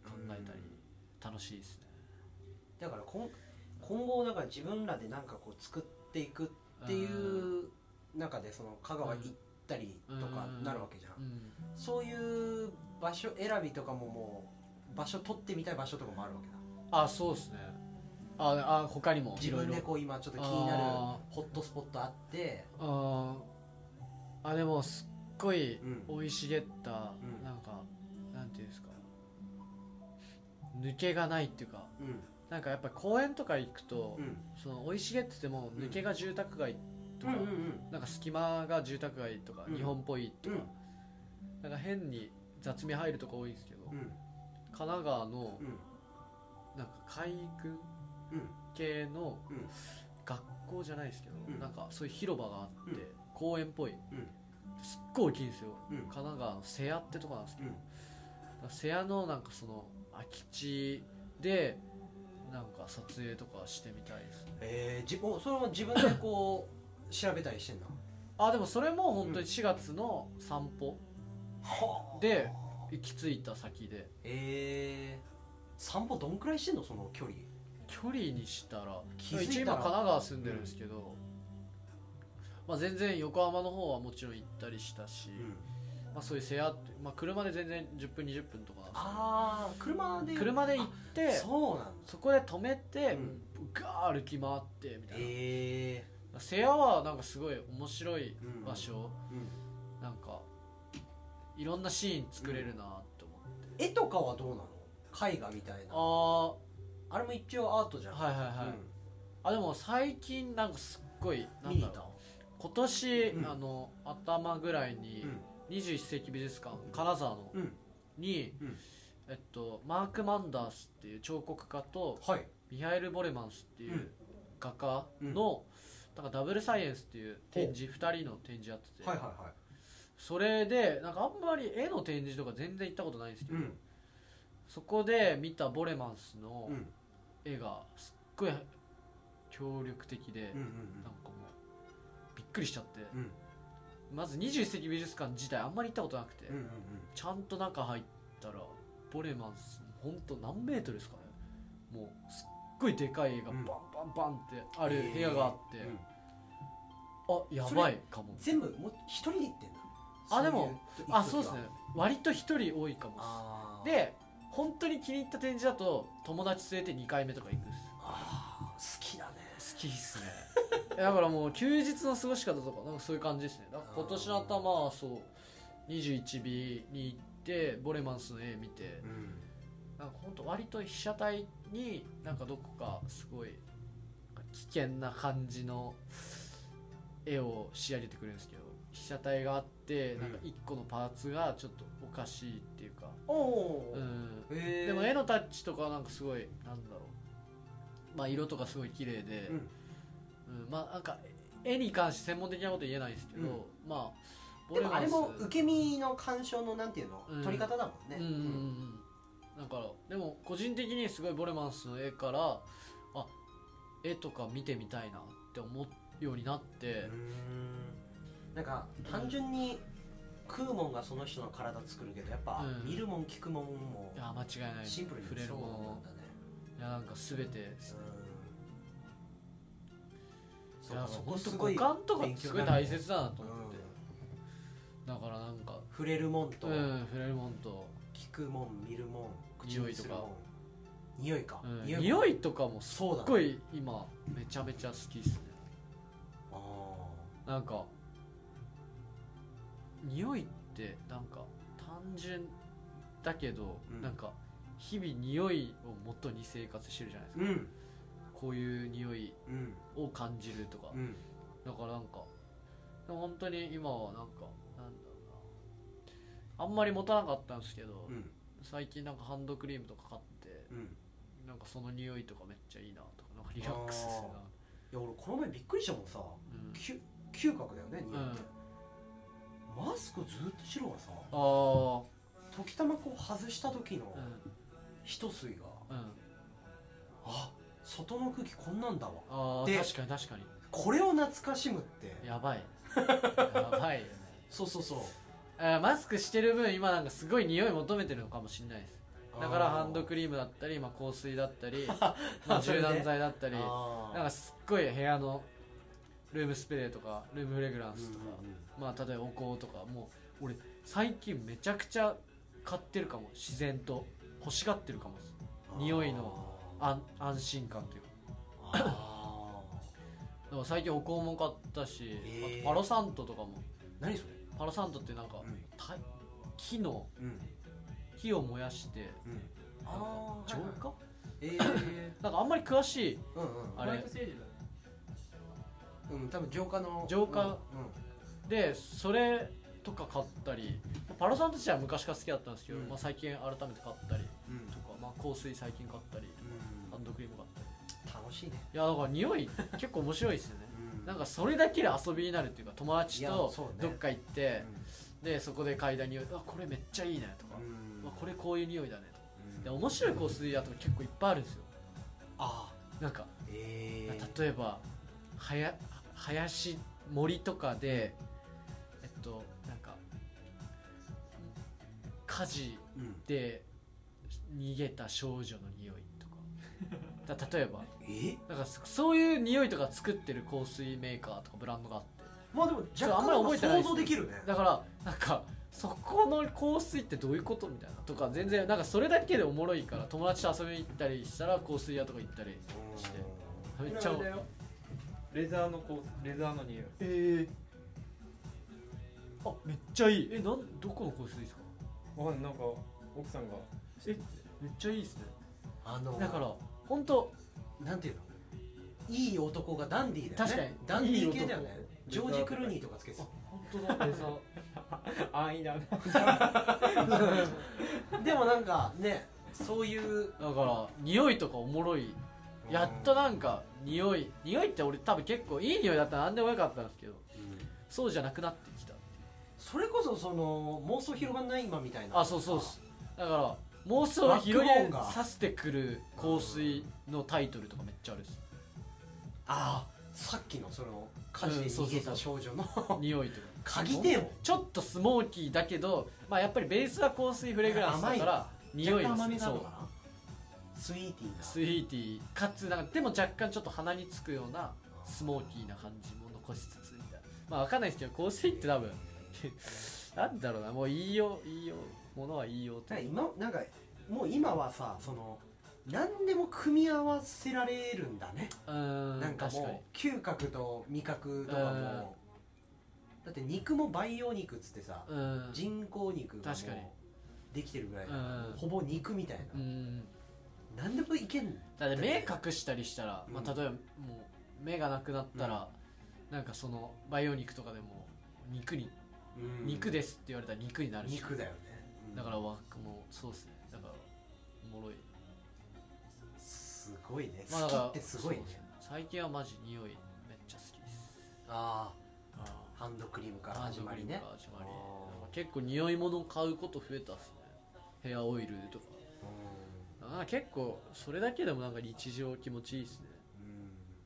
B: 考えたり、
A: うん
B: 楽しいですね
A: だから今今後だから自分らでなんかこう作っていくっっていう中でその香川行ったりとかなるわけじゃん
B: うん
A: そういう場所選びとかももう場所取ってみたい場所とかもあるわけだ
B: あそうですねああ他にも
A: 自分で
B: いろいろ
A: こう今ちょっと気になる
B: あ
A: ホットスポットあって
B: あーあでもすっごい
A: うん
B: 生い茂った、
A: うん
B: なんかなんていうんですか抜けがないっていうか
A: うん
B: なんかやっぱ公園とか行くと、
A: うん
B: その生い茂ってても
A: うん
B: 抜けが住宅街と
A: うん
B: か、
A: うん
B: なんか隙間が住宅街とか、
A: うん
B: 日本っぽいと
A: うん
B: か、なんか変に雑味入るとか多いんですけど、
A: うん
B: 神奈川の
A: うん
B: なんか海軍
A: うん
B: 系の
A: うん
B: 学校じゃないですけど、
A: うん
B: なんかそういう広場があって、
A: うん
B: 公園っぽい、
A: ん
B: すっごい大きいんですよ、
A: うん
B: 神奈川の瀬谷ってとこなんですけ
A: う
B: ど、
A: ん
B: だから瀬谷のなんかその空き地でなんか撮影とかしてみたいですね
A: えーじおそれも自分でこう調べたりしてんだ
B: あでもそれも本当に4月の散歩
A: は
B: で行き着いた先で
A: えー、散歩どんくらいしてんのその距離
B: 距離にしたら
A: 気づいたら
B: 一応今神奈川住んでるんですけど、まあ、全然横浜の方はもちろん行ったりしたし、まあ、そういう瀬谷って、まあ、車で全然10分20分とかなんです
A: ああ車で
B: けど車で行ってそ
A: そうなんだ
B: こで止めて、
A: うん
B: ガー歩き回ってみたいな、
A: え
B: 瀬谷はなんかすごい面白い
A: うん
B: 場所、
A: ーうん、
B: なんかいろんなシーン作れるなって思って、
A: 絵とかはどうなの絵画みたいなあ
B: あ
A: れも一応アートじゃん
B: あはいはいはい、あでも最近なんかすっごい
A: うん、
B: な
A: 見
B: ん
A: に
B: だ
A: 行っ
B: ろう
A: た
B: 今年、
A: うん
B: あの頭ぐらいに21世紀美術館金沢の
A: うんうん
B: に、
A: うん
B: えっと、マーク・マンダースっていう彫刻家と
A: はい
B: ミハイル・ボレマンスってい
A: うん
B: う画家の、なんかダブルサイエンスっていう展示2人の展示やってて、
A: はいはいは
B: それでなんかあんまり絵の展示とか全然行ったことないんですけ
A: い
B: ど、そこで見たボレマンスの
A: うん
B: 絵がすっごい協力的で、
A: うん
B: なんかもうびっくりしちゃって、
A: うん
B: まず21世紀美術館自体あんまり行ったことなくて、
A: うんうんうん
B: ちゃんと中入ったらボレマンス本当何メートルですかねもうすっごいでかい絵がバ
A: うん
B: ンバンバンってある部屋があって、
A: うんうん
B: あやばいかも
A: 全部もう一人で行ってんだ
B: あでも
A: そういう
B: あそうですね
A: 行く時は
B: 割と一人多いかも
A: あー
B: で本当に気に入った展示だと友達連れて2回目とか行くっ
A: あー好きだね
B: す好きっす ねだからもう休日の過ごし方とかなんかそういう感じですねだから今年の頭はそう21日に行ってボレマンスの絵見て、
A: うん
B: なんか本当割と被写体になんかどこかすごい危険な感じの絵を仕上げてくれるんですけど被写体があって
A: うん
B: なんか一個のパーツがちょっとおかしいっていうか、
A: おお
B: うん
A: へえ
B: でも絵のタッチとかはなんかすごいなんだろうまあ色とかすごい綺麗で、
A: うん
B: うんまあなんか絵に関して専門的なこと言えないですけど、
A: うん
B: まあ
A: でもあれも
B: ボレマンス
A: 受け身の鑑賞のなんていうの、
B: うん
A: 取り方だもんね、
B: うんうんうん、だからでも個人的にすごいボレマンスの絵からあ絵とか見てみたいなって思うようになって
A: う、んなんか単純に食うもんがその人の体作るけどやっぱ
B: うん
A: 見るもん聞くもんも
B: いや間違いない
A: シンプルに
B: 触れる
A: そう
B: も
A: なんだね
B: のいやなんか全て
A: うん
B: いやそこ
A: す
B: す
A: ご
B: ご
A: い
B: い五感とかってすごい大
A: 勉強に
B: 切だなと
A: なる
B: 思
A: ね
B: って、
A: うん
B: だからなんか
A: 触れるもんと
B: うん触れるもんと、
A: 聞くもん見るもん口
B: 匂
A: に
B: いと
A: す
B: か
A: るもん匂いか
B: うん、
A: も
B: 匂いとかもす
A: そうだ
B: っ
A: ね
B: ごい今めちゃめちゃ好きっすね
A: あ
B: なんか匂いってなんか単純だけど、
A: うん
B: なんか日々匂いを元に生活してるじゃないです
A: ー
B: か、
A: うん
B: こういう匂い
A: うん
B: を感じるとか、
A: うん
B: だからなんかでも本当に今はなんかなんだろうなあんまり持たなかったんですけど、
A: うん
B: 最近なんかハンドクリームとか買って
A: うん
B: なんかその匂いとかめっちゃいいなとかなんかリラックスするな、
A: いや俺この前びっくりしたもんさ
B: うん、
A: 嗅嗅覚だよね匂いって、マスクずっとしろがさ
B: あ
A: 時たまこう外した時の
B: あ
A: 一吸いが、
B: うんうん
A: あ外の空気こんなんだわ
B: ああ
A: で
B: 確かに確かに
A: これを懐かしむって
B: やばいやばいよね
A: そうそうそう
B: あーマスクしてる分今なんかすごい匂い求めてるのかもしれないですだからハンドクリームだったり、まあ、香水だったりまあ
A: それ
B: 柔
A: で
B: 軟剤だったりなん
A: あ
B: かすっごい部屋のルームスプレーとかルームフレグランスとか、まあ例えばお香とかもう俺最近めちゃくちゃ買ってるかも自然と欲しがってるかも匂いの安安心感というか
A: あー
B: だから最近お香も買ったし、
A: へー
B: あとパロサントとかも
A: 何それ
B: パロサントってなんか、
A: うん
B: た木の
A: うん
B: 火を燃やして
A: うん
B: なんか浄化、
A: ええ
B: なんかあんまり詳しい
A: うんうん
B: あ
C: あ
B: れ
C: れステージだ
A: うん多分浄化の
B: 浄化
A: うんうん
B: でそれとか買ったりパロサント自体は昔から好きだったんですけど、
A: うん
B: まあ、最近改めて買ったり
A: うん
B: とか、まあ、香水最近買ったりハンドクリーム買ったり
A: 楽しいね
B: いやだから匂 い結構面白いですよね
A: う
B: なんかそれだけで遊びになるっていうか友達
A: いや
B: と
A: そうね
B: どっか行って、
A: う
B: でそこで嗅いだ匂いあこれめっちゃいいねとか、
A: ん
B: あこれこういう匂いだねとか
A: うん
B: で面白い香水だと結構いっぱいあるんですよ
A: あ
B: なんか
A: ーええ
B: 例えばはや林森とかでえっとなんか火事
A: うん
B: で逃げた少女の匂いとかだ例えば
A: え
B: なんかそそういう匂いとか作ってる香水メーカーとかブランドがあって
A: まあでも
B: ちょっとあんまり覚えて
A: 想
B: ないです
A: 像できるね
B: だからなんかそこの香水ってどういうことみたいなとか全然なんかそれだけでおもろいから友達と遊びに行ったりしたら香水屋とか行ったりしてめっちゃ
C: これあれだよレザーのこうレザーの匂い
B: えあめっちゃいいえなんどこの香水ですか
C: わかんないなんか奥さんが
B: えめっちゃいいですね
A: あの
B: だから本当
A: なんていうのいい男がダンディーだよね
B: 確かに
A: ダンディー系だよね
C: いい
A: ジョ
C: 男
A: ージ・クルーニーとかつけてた
B: 本当だレザー
C: 安易だな
A: でもなんかねそういう
B: だから匂いとかおもろいやっとなんか匂い匂いって俺多分結構いい匂いだったら何でもよかったんですけど
A: うん
B: そうじゃなくなってきた
A: それこそその妄想広がんない今みたいな
B: あそうそうっすだから妄想を広
A: バックボー
B: げ
A: ンが
B: させてくる香水のタイトルとかめっちゃあるっす
A: ああさっきのその火事で
B: うんそう
A: 逃
B: そう
A: げ
B: そう
A: た少女の
B: 匂いとか
A: 鍵手を
B: ちょっとスモーキーだけどまあやっぱりベースは香水フレグランスだから匂い
A: 若干
B: が
A: 甘みがあ
B: そ
A: るの
B: う
A: かなスイーティーな
B: スイーティーかつなんかでも若干ちょっと鼻につくようなスモーキーな感じも残しつつみたいなまあわかんないですけど香水って多分 なんだろうなもう言いよう言いようものは言いようと
A: なんか今なんかもう今はさその何でも組み合わせられるんだね、
B: うーん
A: なんか
B: 確かに
A: もう嗅覚と味覚とかも、
B: うん
A: だって肉も培養肉っつってさ、
B: うーん
A: 人工肉がも
B: 確かに
A: うできてるぐらいだから
B: うん
A: もうほぼ肉みたいな、
B: うーん
A: 何でもいけん
B: だって目隠したりしたら、ま
A: うん
B: あ、例えばもう目がなくなったら、なんかその培養肉とかでも肉に、
A: うん
B: 肉ですって言われたら肉になるし
A: 肉だよね、うん
B: だからわもうそうっすねだからおもろい、
A: すごいね、
B: まあ、だ
A: 好
B: か
A: き
B: ら
A: ってすごいね
B: そうっす最近はマジ匂いめっちゃ好きです
A: ああハンドクリームから始まりね
B: 始ま
A: あー
B: りなんか結構匂い物買うこと増えたっすねヘアオイルとかあー結構それだけでもなんか日常気持ちいいっすね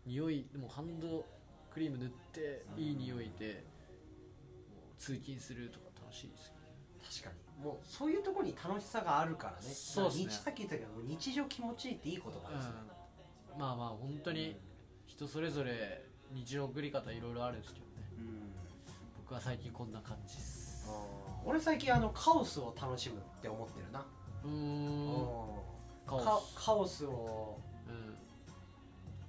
A: うんうん
B: 匂いでもハンドクリーム塗っていい匂いでもう通勤するとか楽しいです
A: 確かにもうそういうところに楽しさがあるからね
B: そうっすね
A: 日さっき言ったけど日常気持ちいいっていいことなん
B: よ、
A: ですよ、
B: うん、まあまあ本当に人それぞれ日常の送り方いろいろあるんですけどね
A: うん
B: 僕は最近こんな感じです
A: 俺最近あのカオスを楽しむって思ってるな、
B: うーん
A: う
B: カオ
A: ん、カ
B: ス
A: カオスを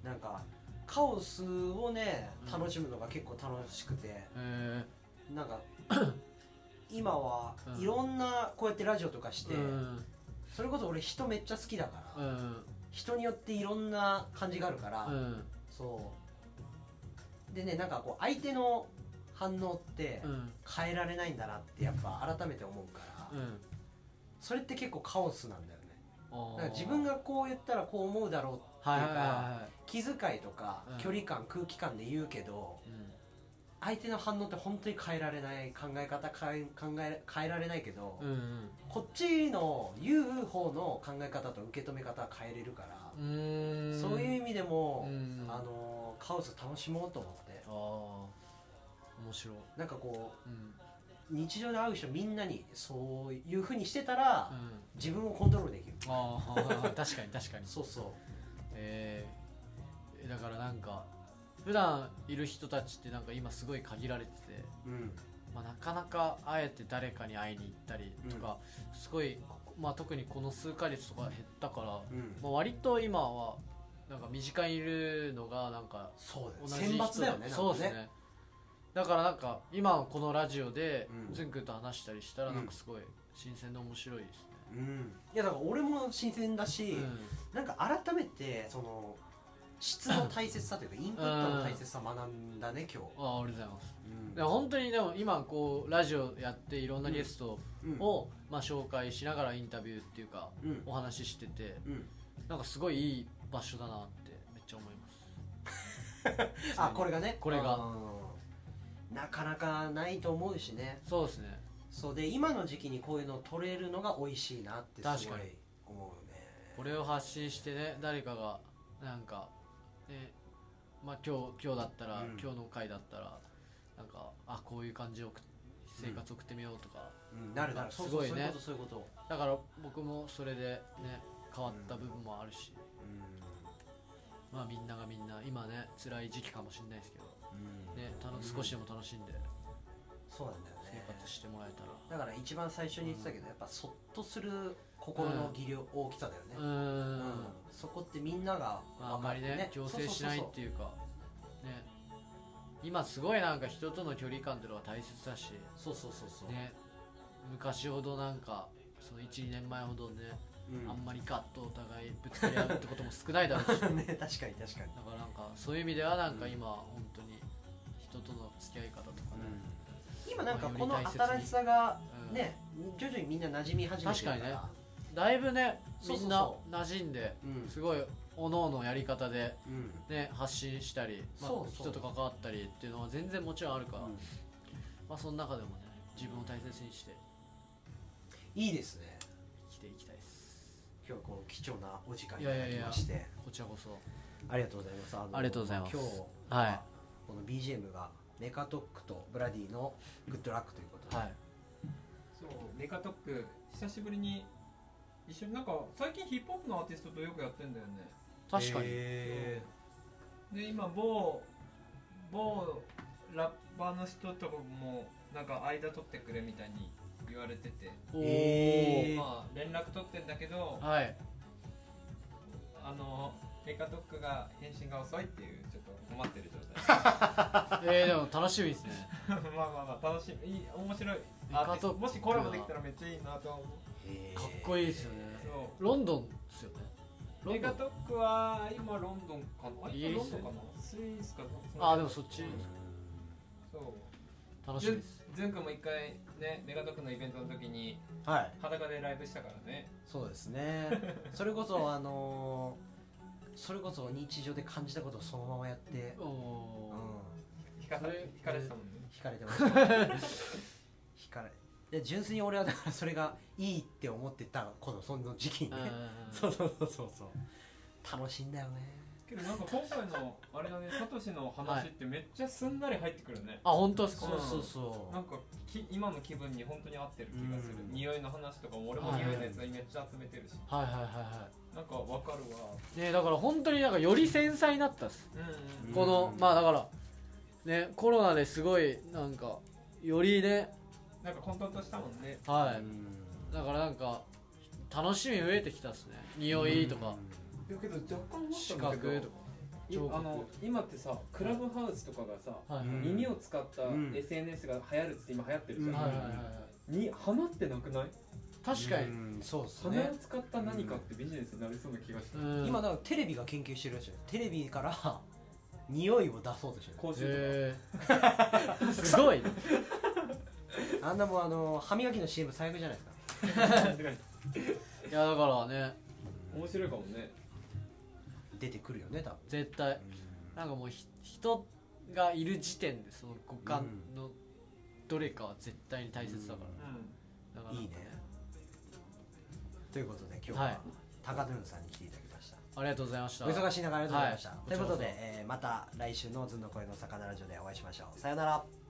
B: う
A: なんかカオスをね
B: うん
A: 楽しむのが結構楽しくて、
B: んえ
A: なん か今は
B: うん
A: いろんなこうやってラジオとかして、
B: ー、うん
A: それこそ俺人めっちゃ好きだから、
B: うん
A: 人によっていろんな感じがあるから、
B: うん
A: そうでねなんかこう相手の反応って
B: うん
A: 変えられないんだなってやっぱ改めて思うから、
B: うん
A: それって結構カオスなんだよね
B: あー
A: だから自分がこう言ったらこう思うだろう
B: はいはいはいは
A: 気遣いとか
B: うん
A: 距離感空気感で言うけど
B: い、うん
A: 相手の反応って本当に変えられない考え方変え考え変えられないけど、
B: うんうん
A: こっちの言う方の考え方と受け止め方は変えれるから、
B: うーん
A: そういう意味でも、
B: うん
A: あのカオス楽しもうと思って
B: ああ面白い、
A: なんかこう
B: うん
A: 日常で会う人みんなにそういうふうにしてたら、
B: うん、
A: 自分をコントロールできる
B: ああ確かに確かに
A: そうそ
B: えーえだからなんか普段いる人たちってなんか今すごい限られてて、
A: うん
B: まあ、なかなかあえて誰かに会いに行ったりとか、すごい、ここまあ、特にこの数ヶ月とか減ったから、
A: うん
B: まあ、割と今はなんか身近にいるのがなんか
A: そうだ
B: 同
A: よ
B: じ
A: 選
B: 人
A: 抜だよね
B: そうですね
A: なんか
B: だからなんか今このラジオで
A: うん
B: ズン君と話したりしたら
A: うん
B: なんかすごい新鮮で面白いですね、
A: うんいやだから俺も新鮮だし、なんか改めてその質の大切さというかインプットの大切さを学んだね今日、
B: あありがとうございます
A: うん
B: でも本当にでも今こうラジオやっていろんなゲスト
A: うん
B: をまあ紹介しながらインタビューっていうか
A: うん
B: お話ししてて
A: うん
B: なんかすごいいい場所だなってめっちゃ思います
A: あこれがね
B: これが
A: うんなかなかないと思うしね
B: そうですね
A: そうで今の時期にこういうのを取れるのが美味しいなってす
B: 確
A: ご
B: か
A: い
B: に
A: 思うね
B: これを発信してね誰かがなんか、ねまあ、今日今日だったら、
A: うん
B: 今日の回だったらなんかあこういう感じを送っ生活送ってみようとか、
A: うんなるなる
B: す
A: そうそう
B: ごい
A: そういう
B: ね
A: ことそういうこと
B: だから僕もそれでね変わった部分もあるし、まあみんながみんな今ね辛い時期かもしれないですけど、
A: うんうん
B: ね、楽少しでも楽しんで
A: そうなんだよ
B: 生
A: ね
B: 活してもらえたら、
A: だから一番最初に言ってたけどやっぱそっとする心の技量大きさだよね
B: うーん、
A: うんそこってみんなが
B: まあ、あんまりね強制しないって
A: いう
B: いうかね今すごいなんか人との距離感っていうのが大切だし、
A: そうそうそうそうそうそうそうそう
B: ね昔ほどなんかその12年前ほどね、
A: うん
B: あんまりガッとお互いぶつかり合うってことも少ないだろうしだ か
A: ね確かに確かに
B: らなんかそういう意味ではなんか今本当に人との付き合い方とかね、
A: 今なんか
B: まあ
A: この
B: より大切に
A: 新しさが
B: うん
A: ね徐々にみんな馴染み始めてるから
B: 確かにねだいぶね
A: そう
B: み
A: そうん
B: な
A: そ
B: 馴染んで
A: うん
B: すごいおののやり方で、
A: うん
B: ね、発信したり、まあ
A: そうそう
B: 人と関わったりっていうのは全然もちろんあるから、
A: うん
B: まあ、その中でもね自分を大切にして
A: いいですね
B: 生きていきたいです
A: 今日はこう貴重なお時間い
B: い
A: た
B: やい
A: だ
B: やい
A: き
B: や
A: まして
B: こちらこそ
A: ありがとうございますの
B: ありがとうございます
A: 今日
B: は
A: はいこの BGM がメカトックとブラディのグッドラックということで
B: はい
C: そうメカトック久しぶりに一緒になんか最近ヒップホップのアーティストとよくやってんだよね
B: 確かに、
A: へ
C: で今某某ラッパーの人とかもなんか間取ってくれみたいに言われてて、
B: おー
A: えー
C: まあ連絡取ってんだけど
B: はい
C: あのメカトックが返信が遅いっていうちょっと困ってる状 態
B: えー、でも楽しみですね
C: まあまあまあ楽しみいい面白い
B: メ
C: アー
B: カ
C: ティス
B: トッ
C: ト
B: ク
C: もしコラボできたらめっちゃいいなとは思う
A: ー
B: かっこいいですよね
C: そう
B: ロンドンですよねロ
C: メ
B: ンド
C: ガ
B: ン
C: トックは今ロンドンかなあ
B: イギリ
C: 今
B: ス
C: ロンドンかなスイスかな
B: あーでもそっち
C: そう
B: 楽し
C: ズ
B: みで
C: ン
B: す
C: ズン君も一回ねメガトックのイベントの時に
A: はい
C: 裸でライブしたからね
A: そうですねそれこそあのーそれこそ日常で感じたことをそのままやって、
B: お
A: う
B: お
A: ん、
C: 引かさ
B: それ
C: 引かれてたもんね
A: 惹かれてました惹かれで純粋に俺はだからそれがいいって思ってたこのその時期にね
B: ー うん
A: そうそうそうそうそう楽しいんだよね
C: けどなんか今回のあれだ ねサトシの話ってめっちゃすんなり入ってくるね、
B: あ本当ですか
C: そうそう
A: そ
C: なんかき今の気分に本当に合ってる気がする、
A: うん
C: 匂いの話とかも俺も匂いのやつめっちゃ集めてるし、
B: はいはいはいは
C: なんかわかるわ
B: いねだから本当になんかより繊細になったっす、
C: うんうん
B: この
A: うん
B: まあだからねコロナですごいなんかよりね
C: なんか混沌としたもんね
B: は
A: うん
B: いだからなんか楽しみ増えてきたっすね匂いとか
C: だけど若干思
B: 視覚とか
C: いあ
B: 彫刻
C: の今ってさクラブハウスとかがさ、
B: はい
A: うん
C: 耳を使った
A: うん
C: SNS が流行るって今流行ってるじゃ
A: うん
C: ん、
B: はいはいはいはい
C: にハマってなくない
B: 確かに
A: うんそうです
C: 鼻
A: ね
C: を使った何かってビジネスになりそうな気がした、
B: うん
A: 今だからテレビが研究してるらしいよテレビから 匂いを出そうとしてる
C: 講習とか、
B: へーすごい
A: あんなもんあの歯磨きの CM 最悪じゃないですか
B: いやだからね
C: 面白いかもね
A: 出てくるよね多分
B: 絶対なんかもうひ人がいる時点でその五感のどれかは絶対に大切だから、だから
A: いいねということで今日
B: は
A: はい高野さんに来ていただきました
B: ありがとうございました
A: お忙しい中ありがとうございました、
B: はい
A: ということで
B: こちらこ、
A: えーまた来週の「ずんの声の魚ラジオ」でお会いしましょうさよなら